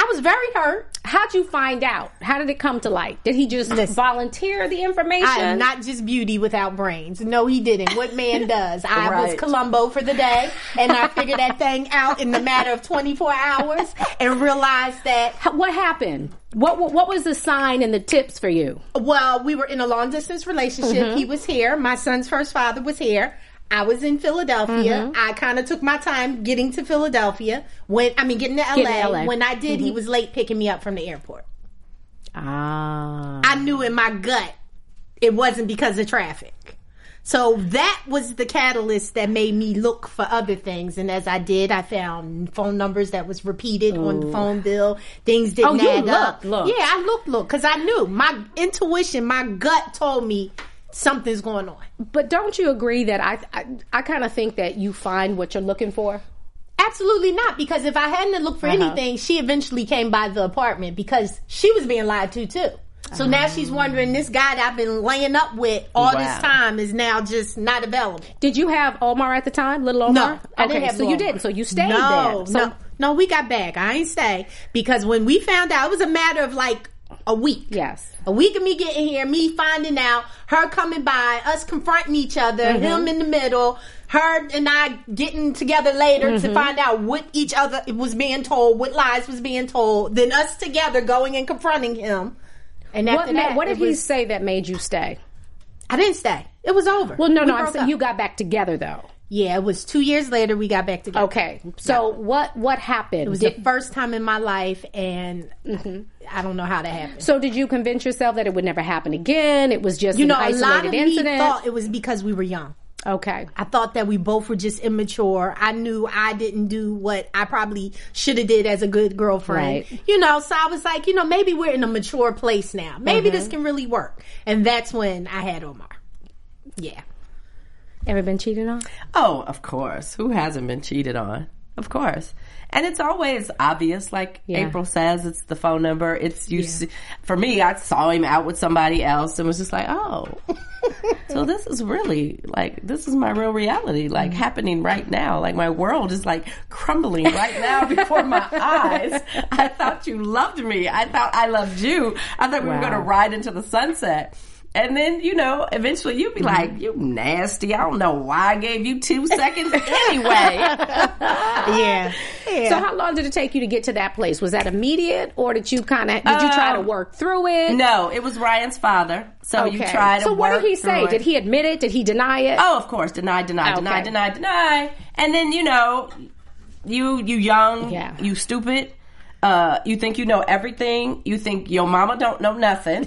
I was very hurt. How'd you find out? How did it come to light? Did he just volunteer the information? I am not just beauty without brains. No, he didn't. What man does? I was Right. Columbo for the day, and I figured that thing out in the matter of 24 hours and realized that, H- What happened? What, what what was the sign and the tips for you? well, we were in a long distance relationship. He was here. My son's first father was here. I was in Philadelphia. I kind of took my time getting to Philadelphia. When I mean, getting to LA. Getting to LA. When I did, he was late picking me up from the airport. Ah. I knew in my gut it wasn't because of traffic. So that was the catalyst that made me look for other things. And as I did, I found phone numbers that was repeated on the phone bill. Things Oh, didn't you add up. looked, looked. Yeah, I looked, looked, because I knew my intuition, my gut told me something's going on. But don't you agree that I I, I kind of think that you find what you're looking for? Absolutely not, because if I hadn't looked Uh-huh. for anything, she eventually came by the apartment because she was being lied to too. So Uh-huh. now she's wondering this guy that I've been laying up with all Wow. this time is now just not available. Did you have Omar at the time, little Omar? No, I didn't have Uh-huh. so you Omar. didn't. So you stayed no, there. So no, no, we got back. I ain't stay because when we found out, it was a matter of like a week. Yes. a week of me getting here, me finding out, her coming by, us confronting each other, him in the middle, her and I getting together later to find out what each other was being told, what lies was being told, then us together going and confronting him. And after What, ma- that, what it did he was- say that made you stay? I didn't stay. It was over. Well, no, We no. I'm broke saying up. you got back together though. Yeah, it was two years later. We got back together. Okay. So what what happened? It was Did- the first time in my life, and I don't know how that happened. so did you convince yourself that it would never happen again? It was just you an know, a isolated lot of me incident. thought it was because we were young. okay. I thought that we both were just immature. I knew I didn't do what I probably should have did as a good girlfriend. Right. You know, so I was like, you know, maybe we're in a mature place now. Maybe Mm-hmm. this can really work. And that's when I had Omar. Yeah. Ever been cheated on? Oh, of course. Who hasn't been cheated on? Of course. And it's always obvious, like Yeah. April says, it's the phone number. It's you. See, for me, I saw him out with somebody else and was just like, oh, so this is really like this is my real reality, like Mm-hmm. happening right now. Like my world is like crumbling right now before my eyes. I thought you loved me. I thought I loved you. I thought we were going to ride into the sunset. And then, you know, eventually you'd be Mm-hmm. like, you nasty. I don't know why I gave you two seconds anyway. Yeah. yeah. So how long did it take you to get to that place? Was that immediate, or did you kind of did you try to Um, work through it? no, it was Ryan's father. So you Okay. try to So what work did he through say? it. Did he admit it? Did he deny it? Oh, of course, deny, deny, deny, Okay. deny, deny. And then you know, you you young, Yeah. you stupid. Uh, you think you know everything. You think your mama don't know nothing.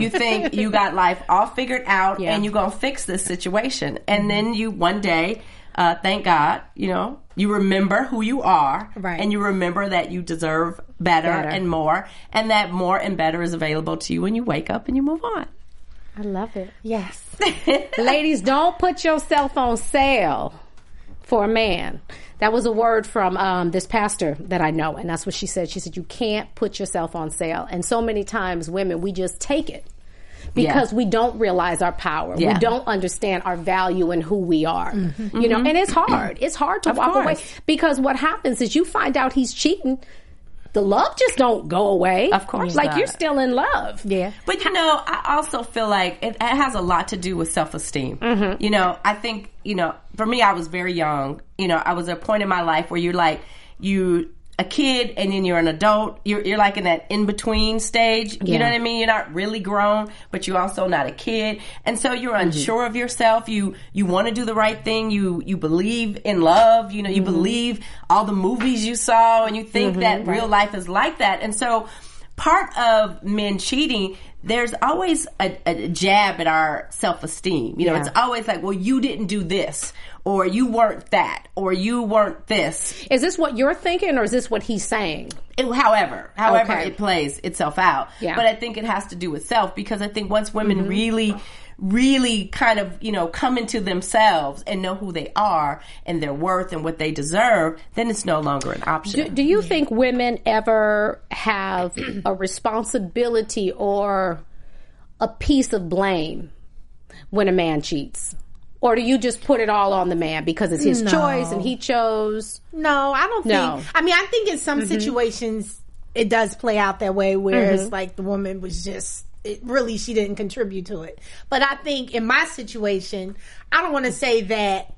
You think you got life all figured out, Hmm. Yeah. and you gonna fix this situation. And then you one day, uh, thank God, you know, you remember who you are, Right. and you remember that you deserve better, Better. and more, and that more and better is available to you when you wake up and you move on. I love it. yes. Ladies, don't put yourself on sale for a man. That was a word from um, this pastor that I know, and that's what she said. She said, You can't put yourself on sale. And so many times, women, we just take it because we don't realize our power. Yeah. Mm-hmm. We don't understand our value and who we are. You know, and it's hard. It's hard to walk away course. because what happens is you find out he's cheating. The love just don't go away. Of course Like not. you're still in love. Yeah. But you know, I also feel like it, it has a lot to do with self esteem. You know, I think you know, for me, I was very young. You know, I was at a point in my life where you're like you a kid and then you're an adult. You're you're like in that in between stage. You know Yeah. what I mean? You're not really grown, but you're also not a kid, and so you're unsure of yourself. You you want to do the right thing. You you believe in love. You know, you believe all the movies you saw, and you think that real life is like that, and so part of men cheating, there's always a, a jab at our self esteem. You know, it's always like, well, you didn't do this, or you weren't that, or you weren't this. Is this what you're thinking or is this what he's saying? It- however, however Okay. it plays itself out. Yeah. Mm-hmm. But I think it has to do with self because I think once women really really kind of you know come into themselves and know who they are and their worth and what they deserve then it's no longer an option Do, do you think women ever have a responsibility or a piece of blame when a man cheats? Or do you just put it all on the man because it's his choice and he chose? No, I don't No. Mm-hmm. think. I mean, I think in some situations it does play out that way, where it's Mm-hmm. like the woman was just it, really she didn't contribute to it. But I think in my situation, I don't want to say that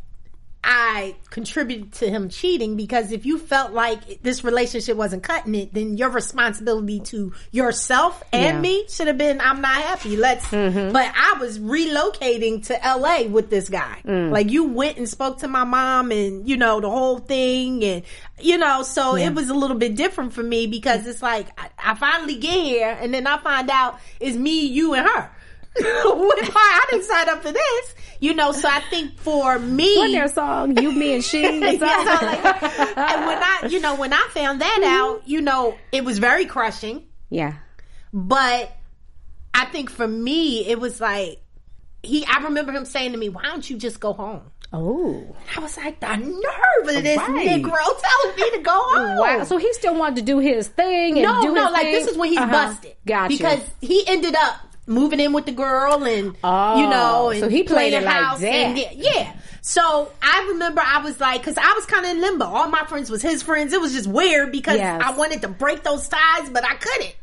I contributed to him cheating because if you felt like this relationship wasn't cutting it, then your responsibility to yourself and Yeah. me should have been, I'm not happy. Let's, but I was relocating to LA with this guy. Like you went and spoke to my mom and, you know, the whole thing. And, you know, so it was a little bit different for me because it's like, I, I finally get here and then I find out it's me, you and her. what if I, I didn't sign up for this? You know, so I think for me, Wasn't there a song, You, Me, and She? or yeah, so, something? like, and when I, you know, when I found that Mm-hmm. out, you know, it was very crushing. yeah. But I think for me, it was like he. I remember him saying to me, "Why don't you just go home?" Oh. I was like, "The nerve of this Right. Negro telling me to go home." Wow. So he still wanted to do his thing and no, do no, his like thing? this is when he's Uh-huh. busted. Gotcha. Because he ended up moving in with the girl and Oh, you know, and so he played playing it like house that. and yeah, yeah. So I remember I was like, because I was kind of in limbo. All my friends was his friends. It was just weird because Yes. I wanted to break those ties, but I couldn't.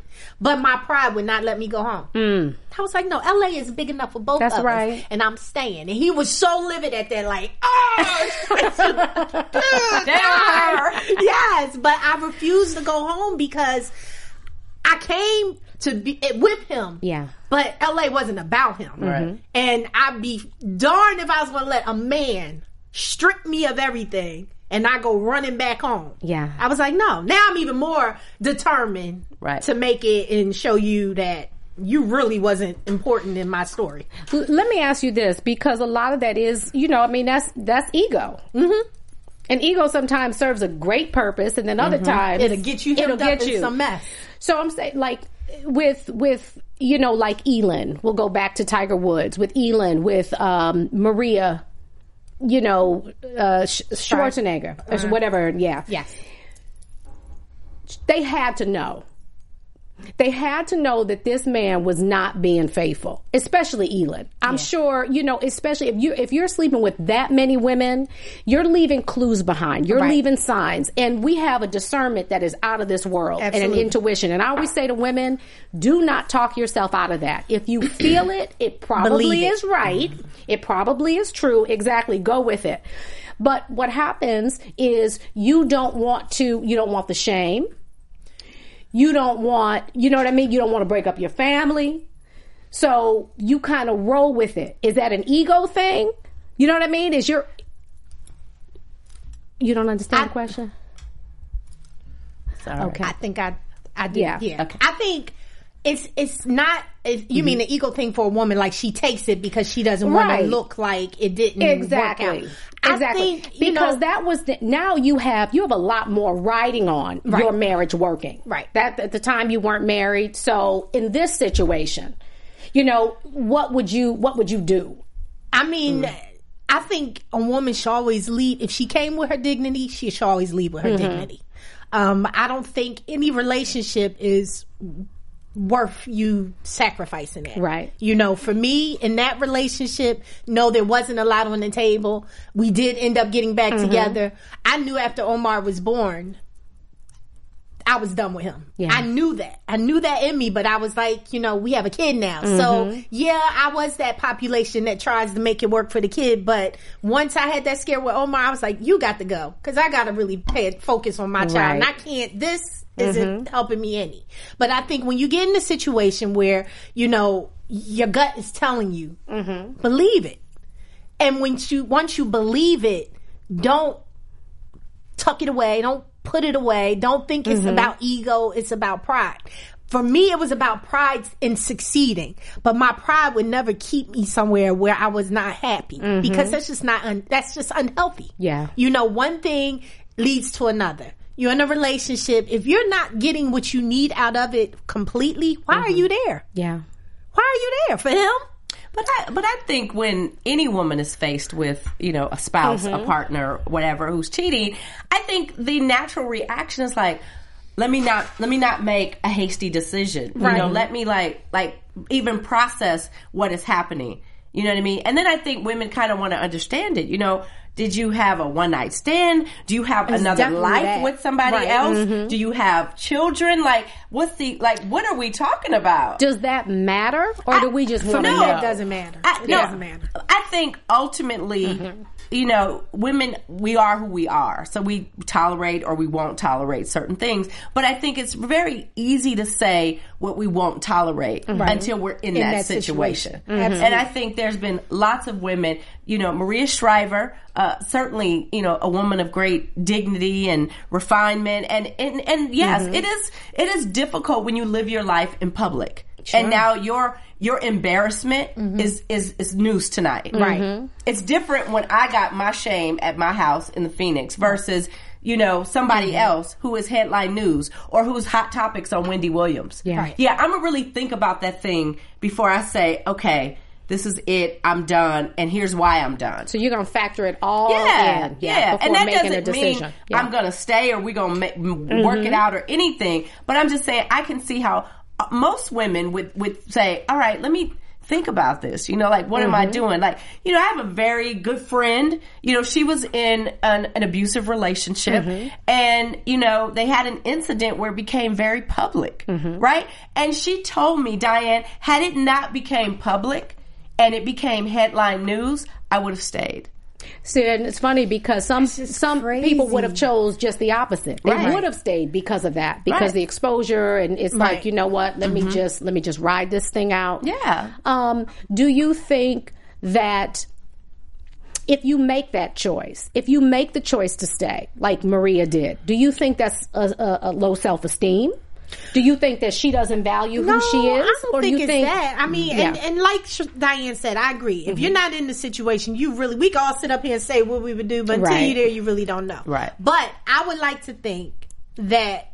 But my pride would not let me go home. I was like, no, LA is big enough for both Mm. That's of us, right. and I'm staying. And he was so livid at that, like, oh, yes. But I refused to go home because I came to be with him. Yeah. But LA wasn't about him. Right. And I'd be darned if I was going to let a man strip me of everything and I go running back home. Yeah. I was like, no. Now I'm even more determined Right. to make it and show you that you really wasn't important in my story. L- let me ask you this because a lot of that is you know i mean that's that's ego mm-hmm. and ego sometimes serves a great purpose and then other times Mm-hmm. It'll get you it'll hemmed up get in you some mess. so i'm saying like with with you know like elon we'll go back to tiger woods with elon with um maria you know uh Sch- schwarzenegger or Uh-huh. whatever yeah Yes. they had to know. They had to know that this man was not being faithful, especially Elon. I'm sure, you know, especially if you if you're sleeping with that many women, you're leaving clues behind. You're leaving signs. And we have a discernment that is out of this world and Absolutely. an intuition. And I always say to women, do not talk yourself out of that. If you feel it, it probably it. is right. It probably is true. Exactly. Go with it. But what happens is you don't want to you don't want the shame you don't want, you know what I mean? You don't want to break up your family. So you kind of roll with it. Is that an ego thing? You know what I mean? Is your you don't understand the question? Sorry. Okay. I think I, I do. Yeah. Yeah. I think it's it's not. If Mm-hmm. you mean the ego thing for a woman, like she takes it because she doesn't want Right. to look like it didn't Work Exactly. out. I Exactly. think, you because know- that was the, now you have you have a lot more riding on your marriage working. Right. That at the time you weren't married. So in this situation, you know, what would you what would you do? I mean, I think a woman should always lead. If she came with her dignity, she should always lead with her dignity. Um, I don't think any relationship is worth you sacrificing it. Right. You know, for me in that relationship, no, there wasn't a lot on the table. We did end up getting back together. I knew after Omar was born, I was done with him. Yeah. I knew that. I knew that in me, but I was like, you know, we have a kid now. Mm-hmm. So, yeah, I was that population that tries to make it work for the kid. But once I had that scare with Omar, I was like, you got to go. Cause I got to really pay focus on my child. And I Right. Mm-hmm. can't, this isn't helping me any. But I think when you get in a situation where, you know, your gut is telling you, Mm-hmm. believe it. And when you, once you believe it, don't tuck it away. Don't put it away. Don't think it's about ego. It's about pride. For me, it was about pride in succeeding, but my pride would never keep me somewhere where I was not happy because that's just not, un- that's just unhealthy. Yeah. You know, one thing leads to another. You're in a relationship. If you're not getting what you need out of it completely, why are you there? Yeah. Why are you there? For him? But I, but I think when any woman is faced with, you know, a spouse, Mm-hmm. a partner, whatever, who's cheating, I think the natural reaction is like, let me not, let me not make a hasty decision. You know, let me like, like even process what is happening. You know what I mean? And then I think women kind of want to understand it. You know, did you have a one night stand? Do you have another definitely life that. Mm-hmm. with somebody else? Do you have children? Like, what's the, like, what are we talking about? Does that matter or do we just For want me, to it know? doesn't matter. Mm-hmm. I, it no, doesn't matter. I think ultimately you know, women, we are who we are. So we tolerate or we won't tolerate certain things. But I think it's very easy to say what we won't tolerate until we're in, that, Mm-hmm. that situation. situation. Mm-hmm. And I think there's been lots of women, you know, Maria Shriver, uh, certainly, you know, a woman of great dignity and refinement. And, and, and yes, Mm-hmm. it is, it is difficult when you live your life in public. And now your your embarrassment is, is is news tonight. Right. It's different when I got my shame at my house in the Phoenix versus, you know, somebody else who is headline news or who's hot topics on Wendy Williams. Yeah. Right. Yeah, I'm gonna really think about that thing before I say, okay, this is it, I'm done, and here's why I'm done. So you're gonna factor it all yeah, in, yeah, before and that making doesn't a decision. mean Yeah. Mm-hmm. I'm gonna stay or we gonna ma- m work it out or anything. But I'm just saying I can see how uh, most women would would say, "All right, let me." Think about this, you know, like what am I Mm-hmm. doing? Like, you know, I have a very good friend. You know, she was in an, an abusive relationship, Mm-hmm. and you know, they had an incident where it became very public, Mm-hmm. right? And she told me, Diane, had it not became public and it became headline news, I would have stayed. See, and it's funny because some some people would have chose just the opposite. They Right. would have stayed because of that, because Right. the exposure, and it's Right. like you know what? Let Mm-hmm. me just let me just ride this thing out. Yeah. Um, do you think that if you make that choice, if you make the choice to stay, like Maria did, do you think that's a, a, a low self esteem? Do you think that she doesn't value who she is, I don't or think do you it's think that. I mean, and, Yeah. Mm-hmm. and like Sh- Diane said, I agree. If you're not in the situation, you really we can all sit up here and say what we would do, but until Right. you're there, you really don't know. Right. But I would like to think that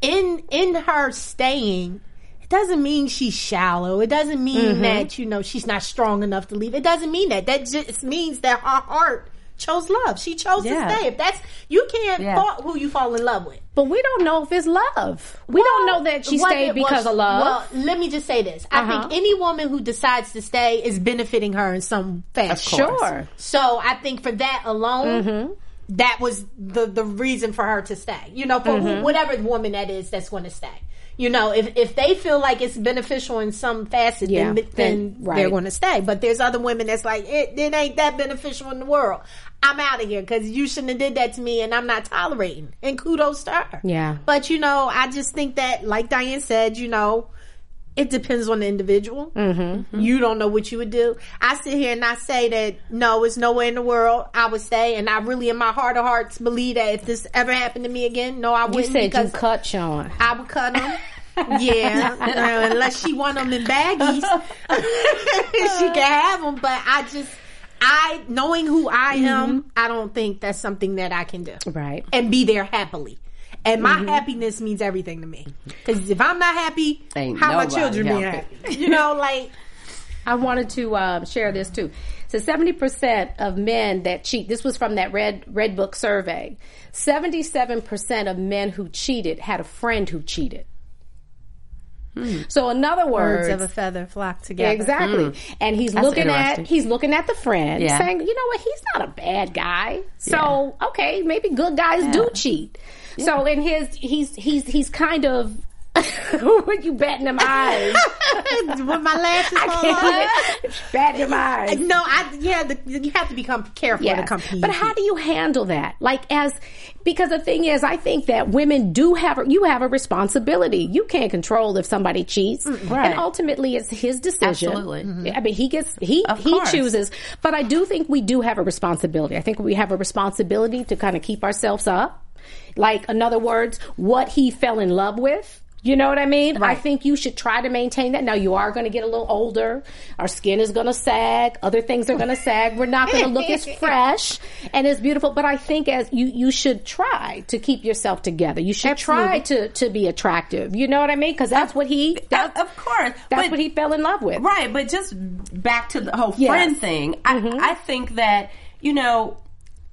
in in her staying. It doesn't mean she's shallow. It doesn't mean Mm-hmm. that you know she's not strong enough to leave. It doesn't mean that. That just means that her heart chose love. She chose Yeah. to stay. If that's you can't Yeah. fault who you fall in love with. But we don't know if it's love. We don't know that she Well, stayed it was- because of love. Well, let me just say this: I Uh-huh. think any woman who decides to stay is benefiting her in some fashion. sure. Mm-hmm. So I think for that alone. That was the the reason for her to stay. You know, for Mm-hmm. who, whatever woman that is that's going to stay. You know, if if they feel like it's beneficial in some facet, Yeah, then, then- then right. they're going to stay. But there's other women that's like, it, it ain't that beneficial in the world. I'm out of here because you shouldn't have did that to me, and I'm not tolerating. And kudos to her. Yeah. But you know, I just think that, like Diane said, you know, it depends on the individual. Mm-hmm. You don't know what you would do. I sit here and I say that no, it's nowhere in the world I would stay, and I really, in my heart of hearts, believe that if this ever happened to me again, no, I You wouldn't. said you because cut Sean. I would cut him. yeah, uh, unless she want them in baggies, she can have them. But I just, I knowing who I am, I don't think that's something that I can do Mm-hmm. Right. Mm-hmm. and be there happily. And my happiness means everything to me. Because if I'm not happy, Ain't how my nobody children be happy. happy? You know, like I wanted to um, share this too. So, seventy percent of men that cheat. This was from that red red book survey. Seventy-seven percent of men who cheated had a friend who cheated. So, in other Hmm. words, feather flock together. exactly. And he's looking at interesting. he's looking at the friend, Yeah. saying, you know what, he's not a bad guy. So okay, maybe good guys do cheat. So, in his he's he's he's kind of. what you batting them eyes? With my lashes on. Uh-huh. batting them eyes. No, I yeah. The, you have to become careful of the company. But how do you handle that? Like as because the thing is, I think that women do have a, you have a responsibility. You can't control if somebody cheats, and ultimately it's his decision. Absolutely. Mm-hmm. I mean, he gets he Of he course. chooses. But I do think we do have a responsibility. I think we have a responsibility to kind of keep ourselves up. Like in other words, what he fell in love with. You know what I mean? I think you should try to maintain that. Now you are going to get a little older. Our skin is going to sag. Other things are going to sag. We're not going to look as fresh and as beautiful. But I think as you you should try to keep yourself together. You should try to to be attractive. You know what I mean? Because that's what he that's, of course. that's But- what he fell in love with. Right, but just back to the whole Yes. Mm-hmm. friend thing. I, I think that, you know,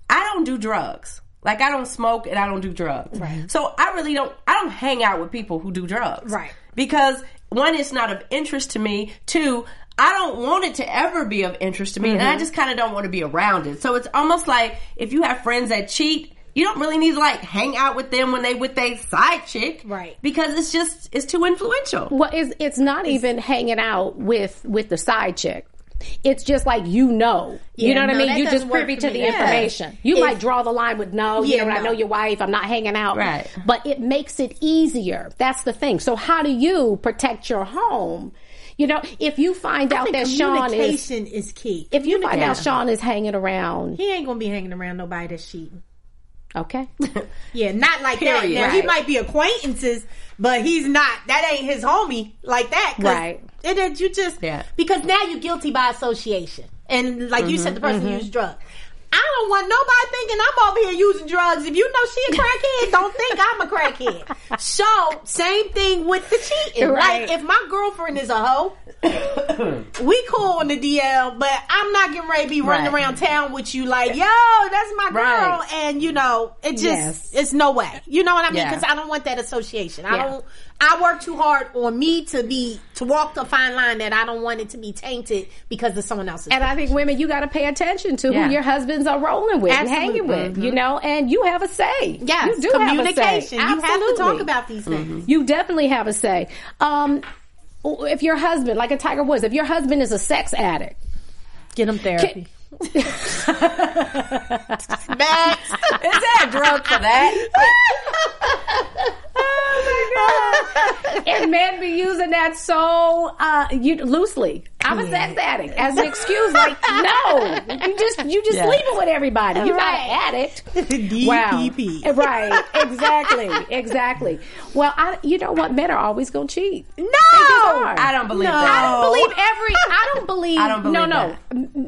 I don't do drugs. Like I don't smoke and I don't do drugs. Right. So I really don't I don't hang out with people who do drugs. Right. Because one, it's not of interest to me. Two, I don't want it to ever be of interest to me. Mm-hmm. And I just kinda don't want to be around it. So it's almost like if you have friends that cheat, you don't really need to like hang out with them when they with their side chick. Right. Because it's just it's too influential. Well, it's it's not even hanging out with with the side chick. It's just like you know. you Yeah, know what no, I mean? that You just doesn't work privy for to me. the Yeah. information. You If- might draw the line with no, you Yeah, know, I no. know your wife, I'm not hanging out. Right. But it makes it easier. That's the thing. So how do you protect your home? You know, if you find out that Sean is communication is key. if you find out Sean is hanging around, he ain't gonna be hanging around nobody that's cheating. okay. Yeah, not like that. Period. Now he Right. might be acquaintances, but he's not. That ain't his homie like that. 'cause Right. It, it- you just Yeah. because now you're guilty by association, and like you said, the person Mm-hmm. used drugs. I don't want nobody thinking I'm over here using drugs. If you know she a crackhead, don't think I'm a crackhead. So same thing with the cheating. Right. Like if my girlfriend is a hoe, we cool on the DL, but I'm not getting ready to be running Right. around town with you like, yo, that's my girl, Right. and you know it just Yes. it's no way. You know what I mean? Yeah. Because I don't want that association. I Yeah. don't. I work too hard on me to be to walk the fine line that I don't want it to be tainted because of someone else's. And I think women, you got to pay attention to Yeah. who your husbands are rolling with and Absolutely. Mm-hmm. hanging with, you know, and you have a say. yes, you do communication. Have a say. You have to talk Absolutely. Mm-hmm. about these things. You definitely have a say. Um, if your husband, like a Tiger Woods, if your husband is a sex addict, Get them therapy. Next. Is that a drug for that? and men be using that so uh, you, loosely. I'm Mm. a sex addict as an excuse. Like, no, you just you just Yeah. E leave it with everybody. You're not Right. an addict. DPP. Wow. Right. Exactly. exactly. Well, I, you know what? Men are always going to cheat. No. I don't believe I that. don't believe every. I don't believe. I don't no, believe no. that.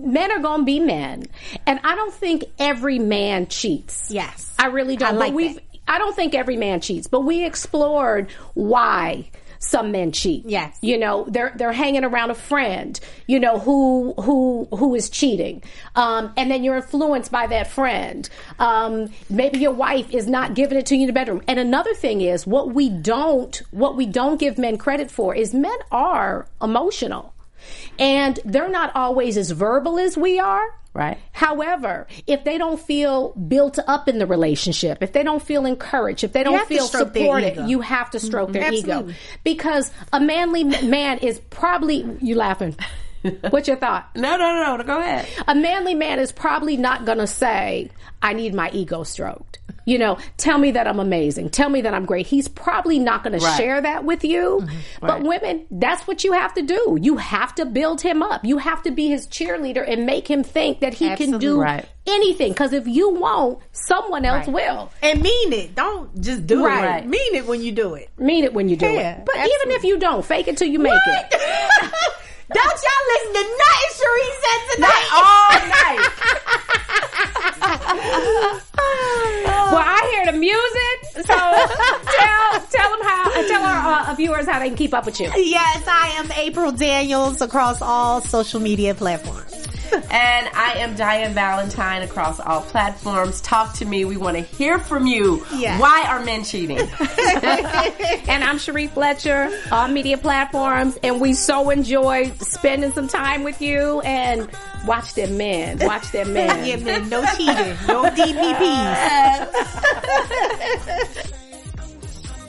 M- Men are going to be men, and I don't think every man cheats. Yes. I really don't. I like but we've. that. I don't think every man cheats, but we explored why some men cheat. Yes. You know, they're they're hanging around a friend, you know, who who who is cheating. Um, and then you're influenced by that friend. Um, maybe your wife is not giving it to you in the bedroom. And another thing is what we don't what we don't give men credit for is men are emotional. And they're not always as verbal as we are. Right. However, if they don't feel built up in the relationship, if they don't feel encouraged, if they don't have to feel stroke their supported, ego. you have to stroke their Absolutely. ego. Because a manly m- man is probably you laughing. What's your thought? No, no, no, no. Go ahead. A manly man is probably not going to say, "I need my ego stroked." You know, tell me that I'm amazing. Tell me that I'm great. He's probably not going to Right. share that with you. But women, that's what you have to do. You have to build him up. You have to be his cheerleader and make him think that he can Absolutely. do Right. anything. Because if you won't, someone else Right. will. And mean it. Don't just do Right. it. Right. Mean it when you do it. Mean it when you do Yeah, it. But even absolutely. if you don't, fake it till you make it. Don't y'all listen to nothing Cherie said tonight. All night. Well, I hear the music, so tell tell them how tell our uh, viewers how they can keep up with you. Yes, I am April Daniels across all social media platforms. And I am Diane Valentine across all platforms. Talk to me. We want to hear from you. Yeah. Why are men cheating? And I'm Cherie Fletcher, all media platforms, and we so enjoy spending some time with you and watch them men. Watch them men. Yeah, man, no cheating, no DPPs.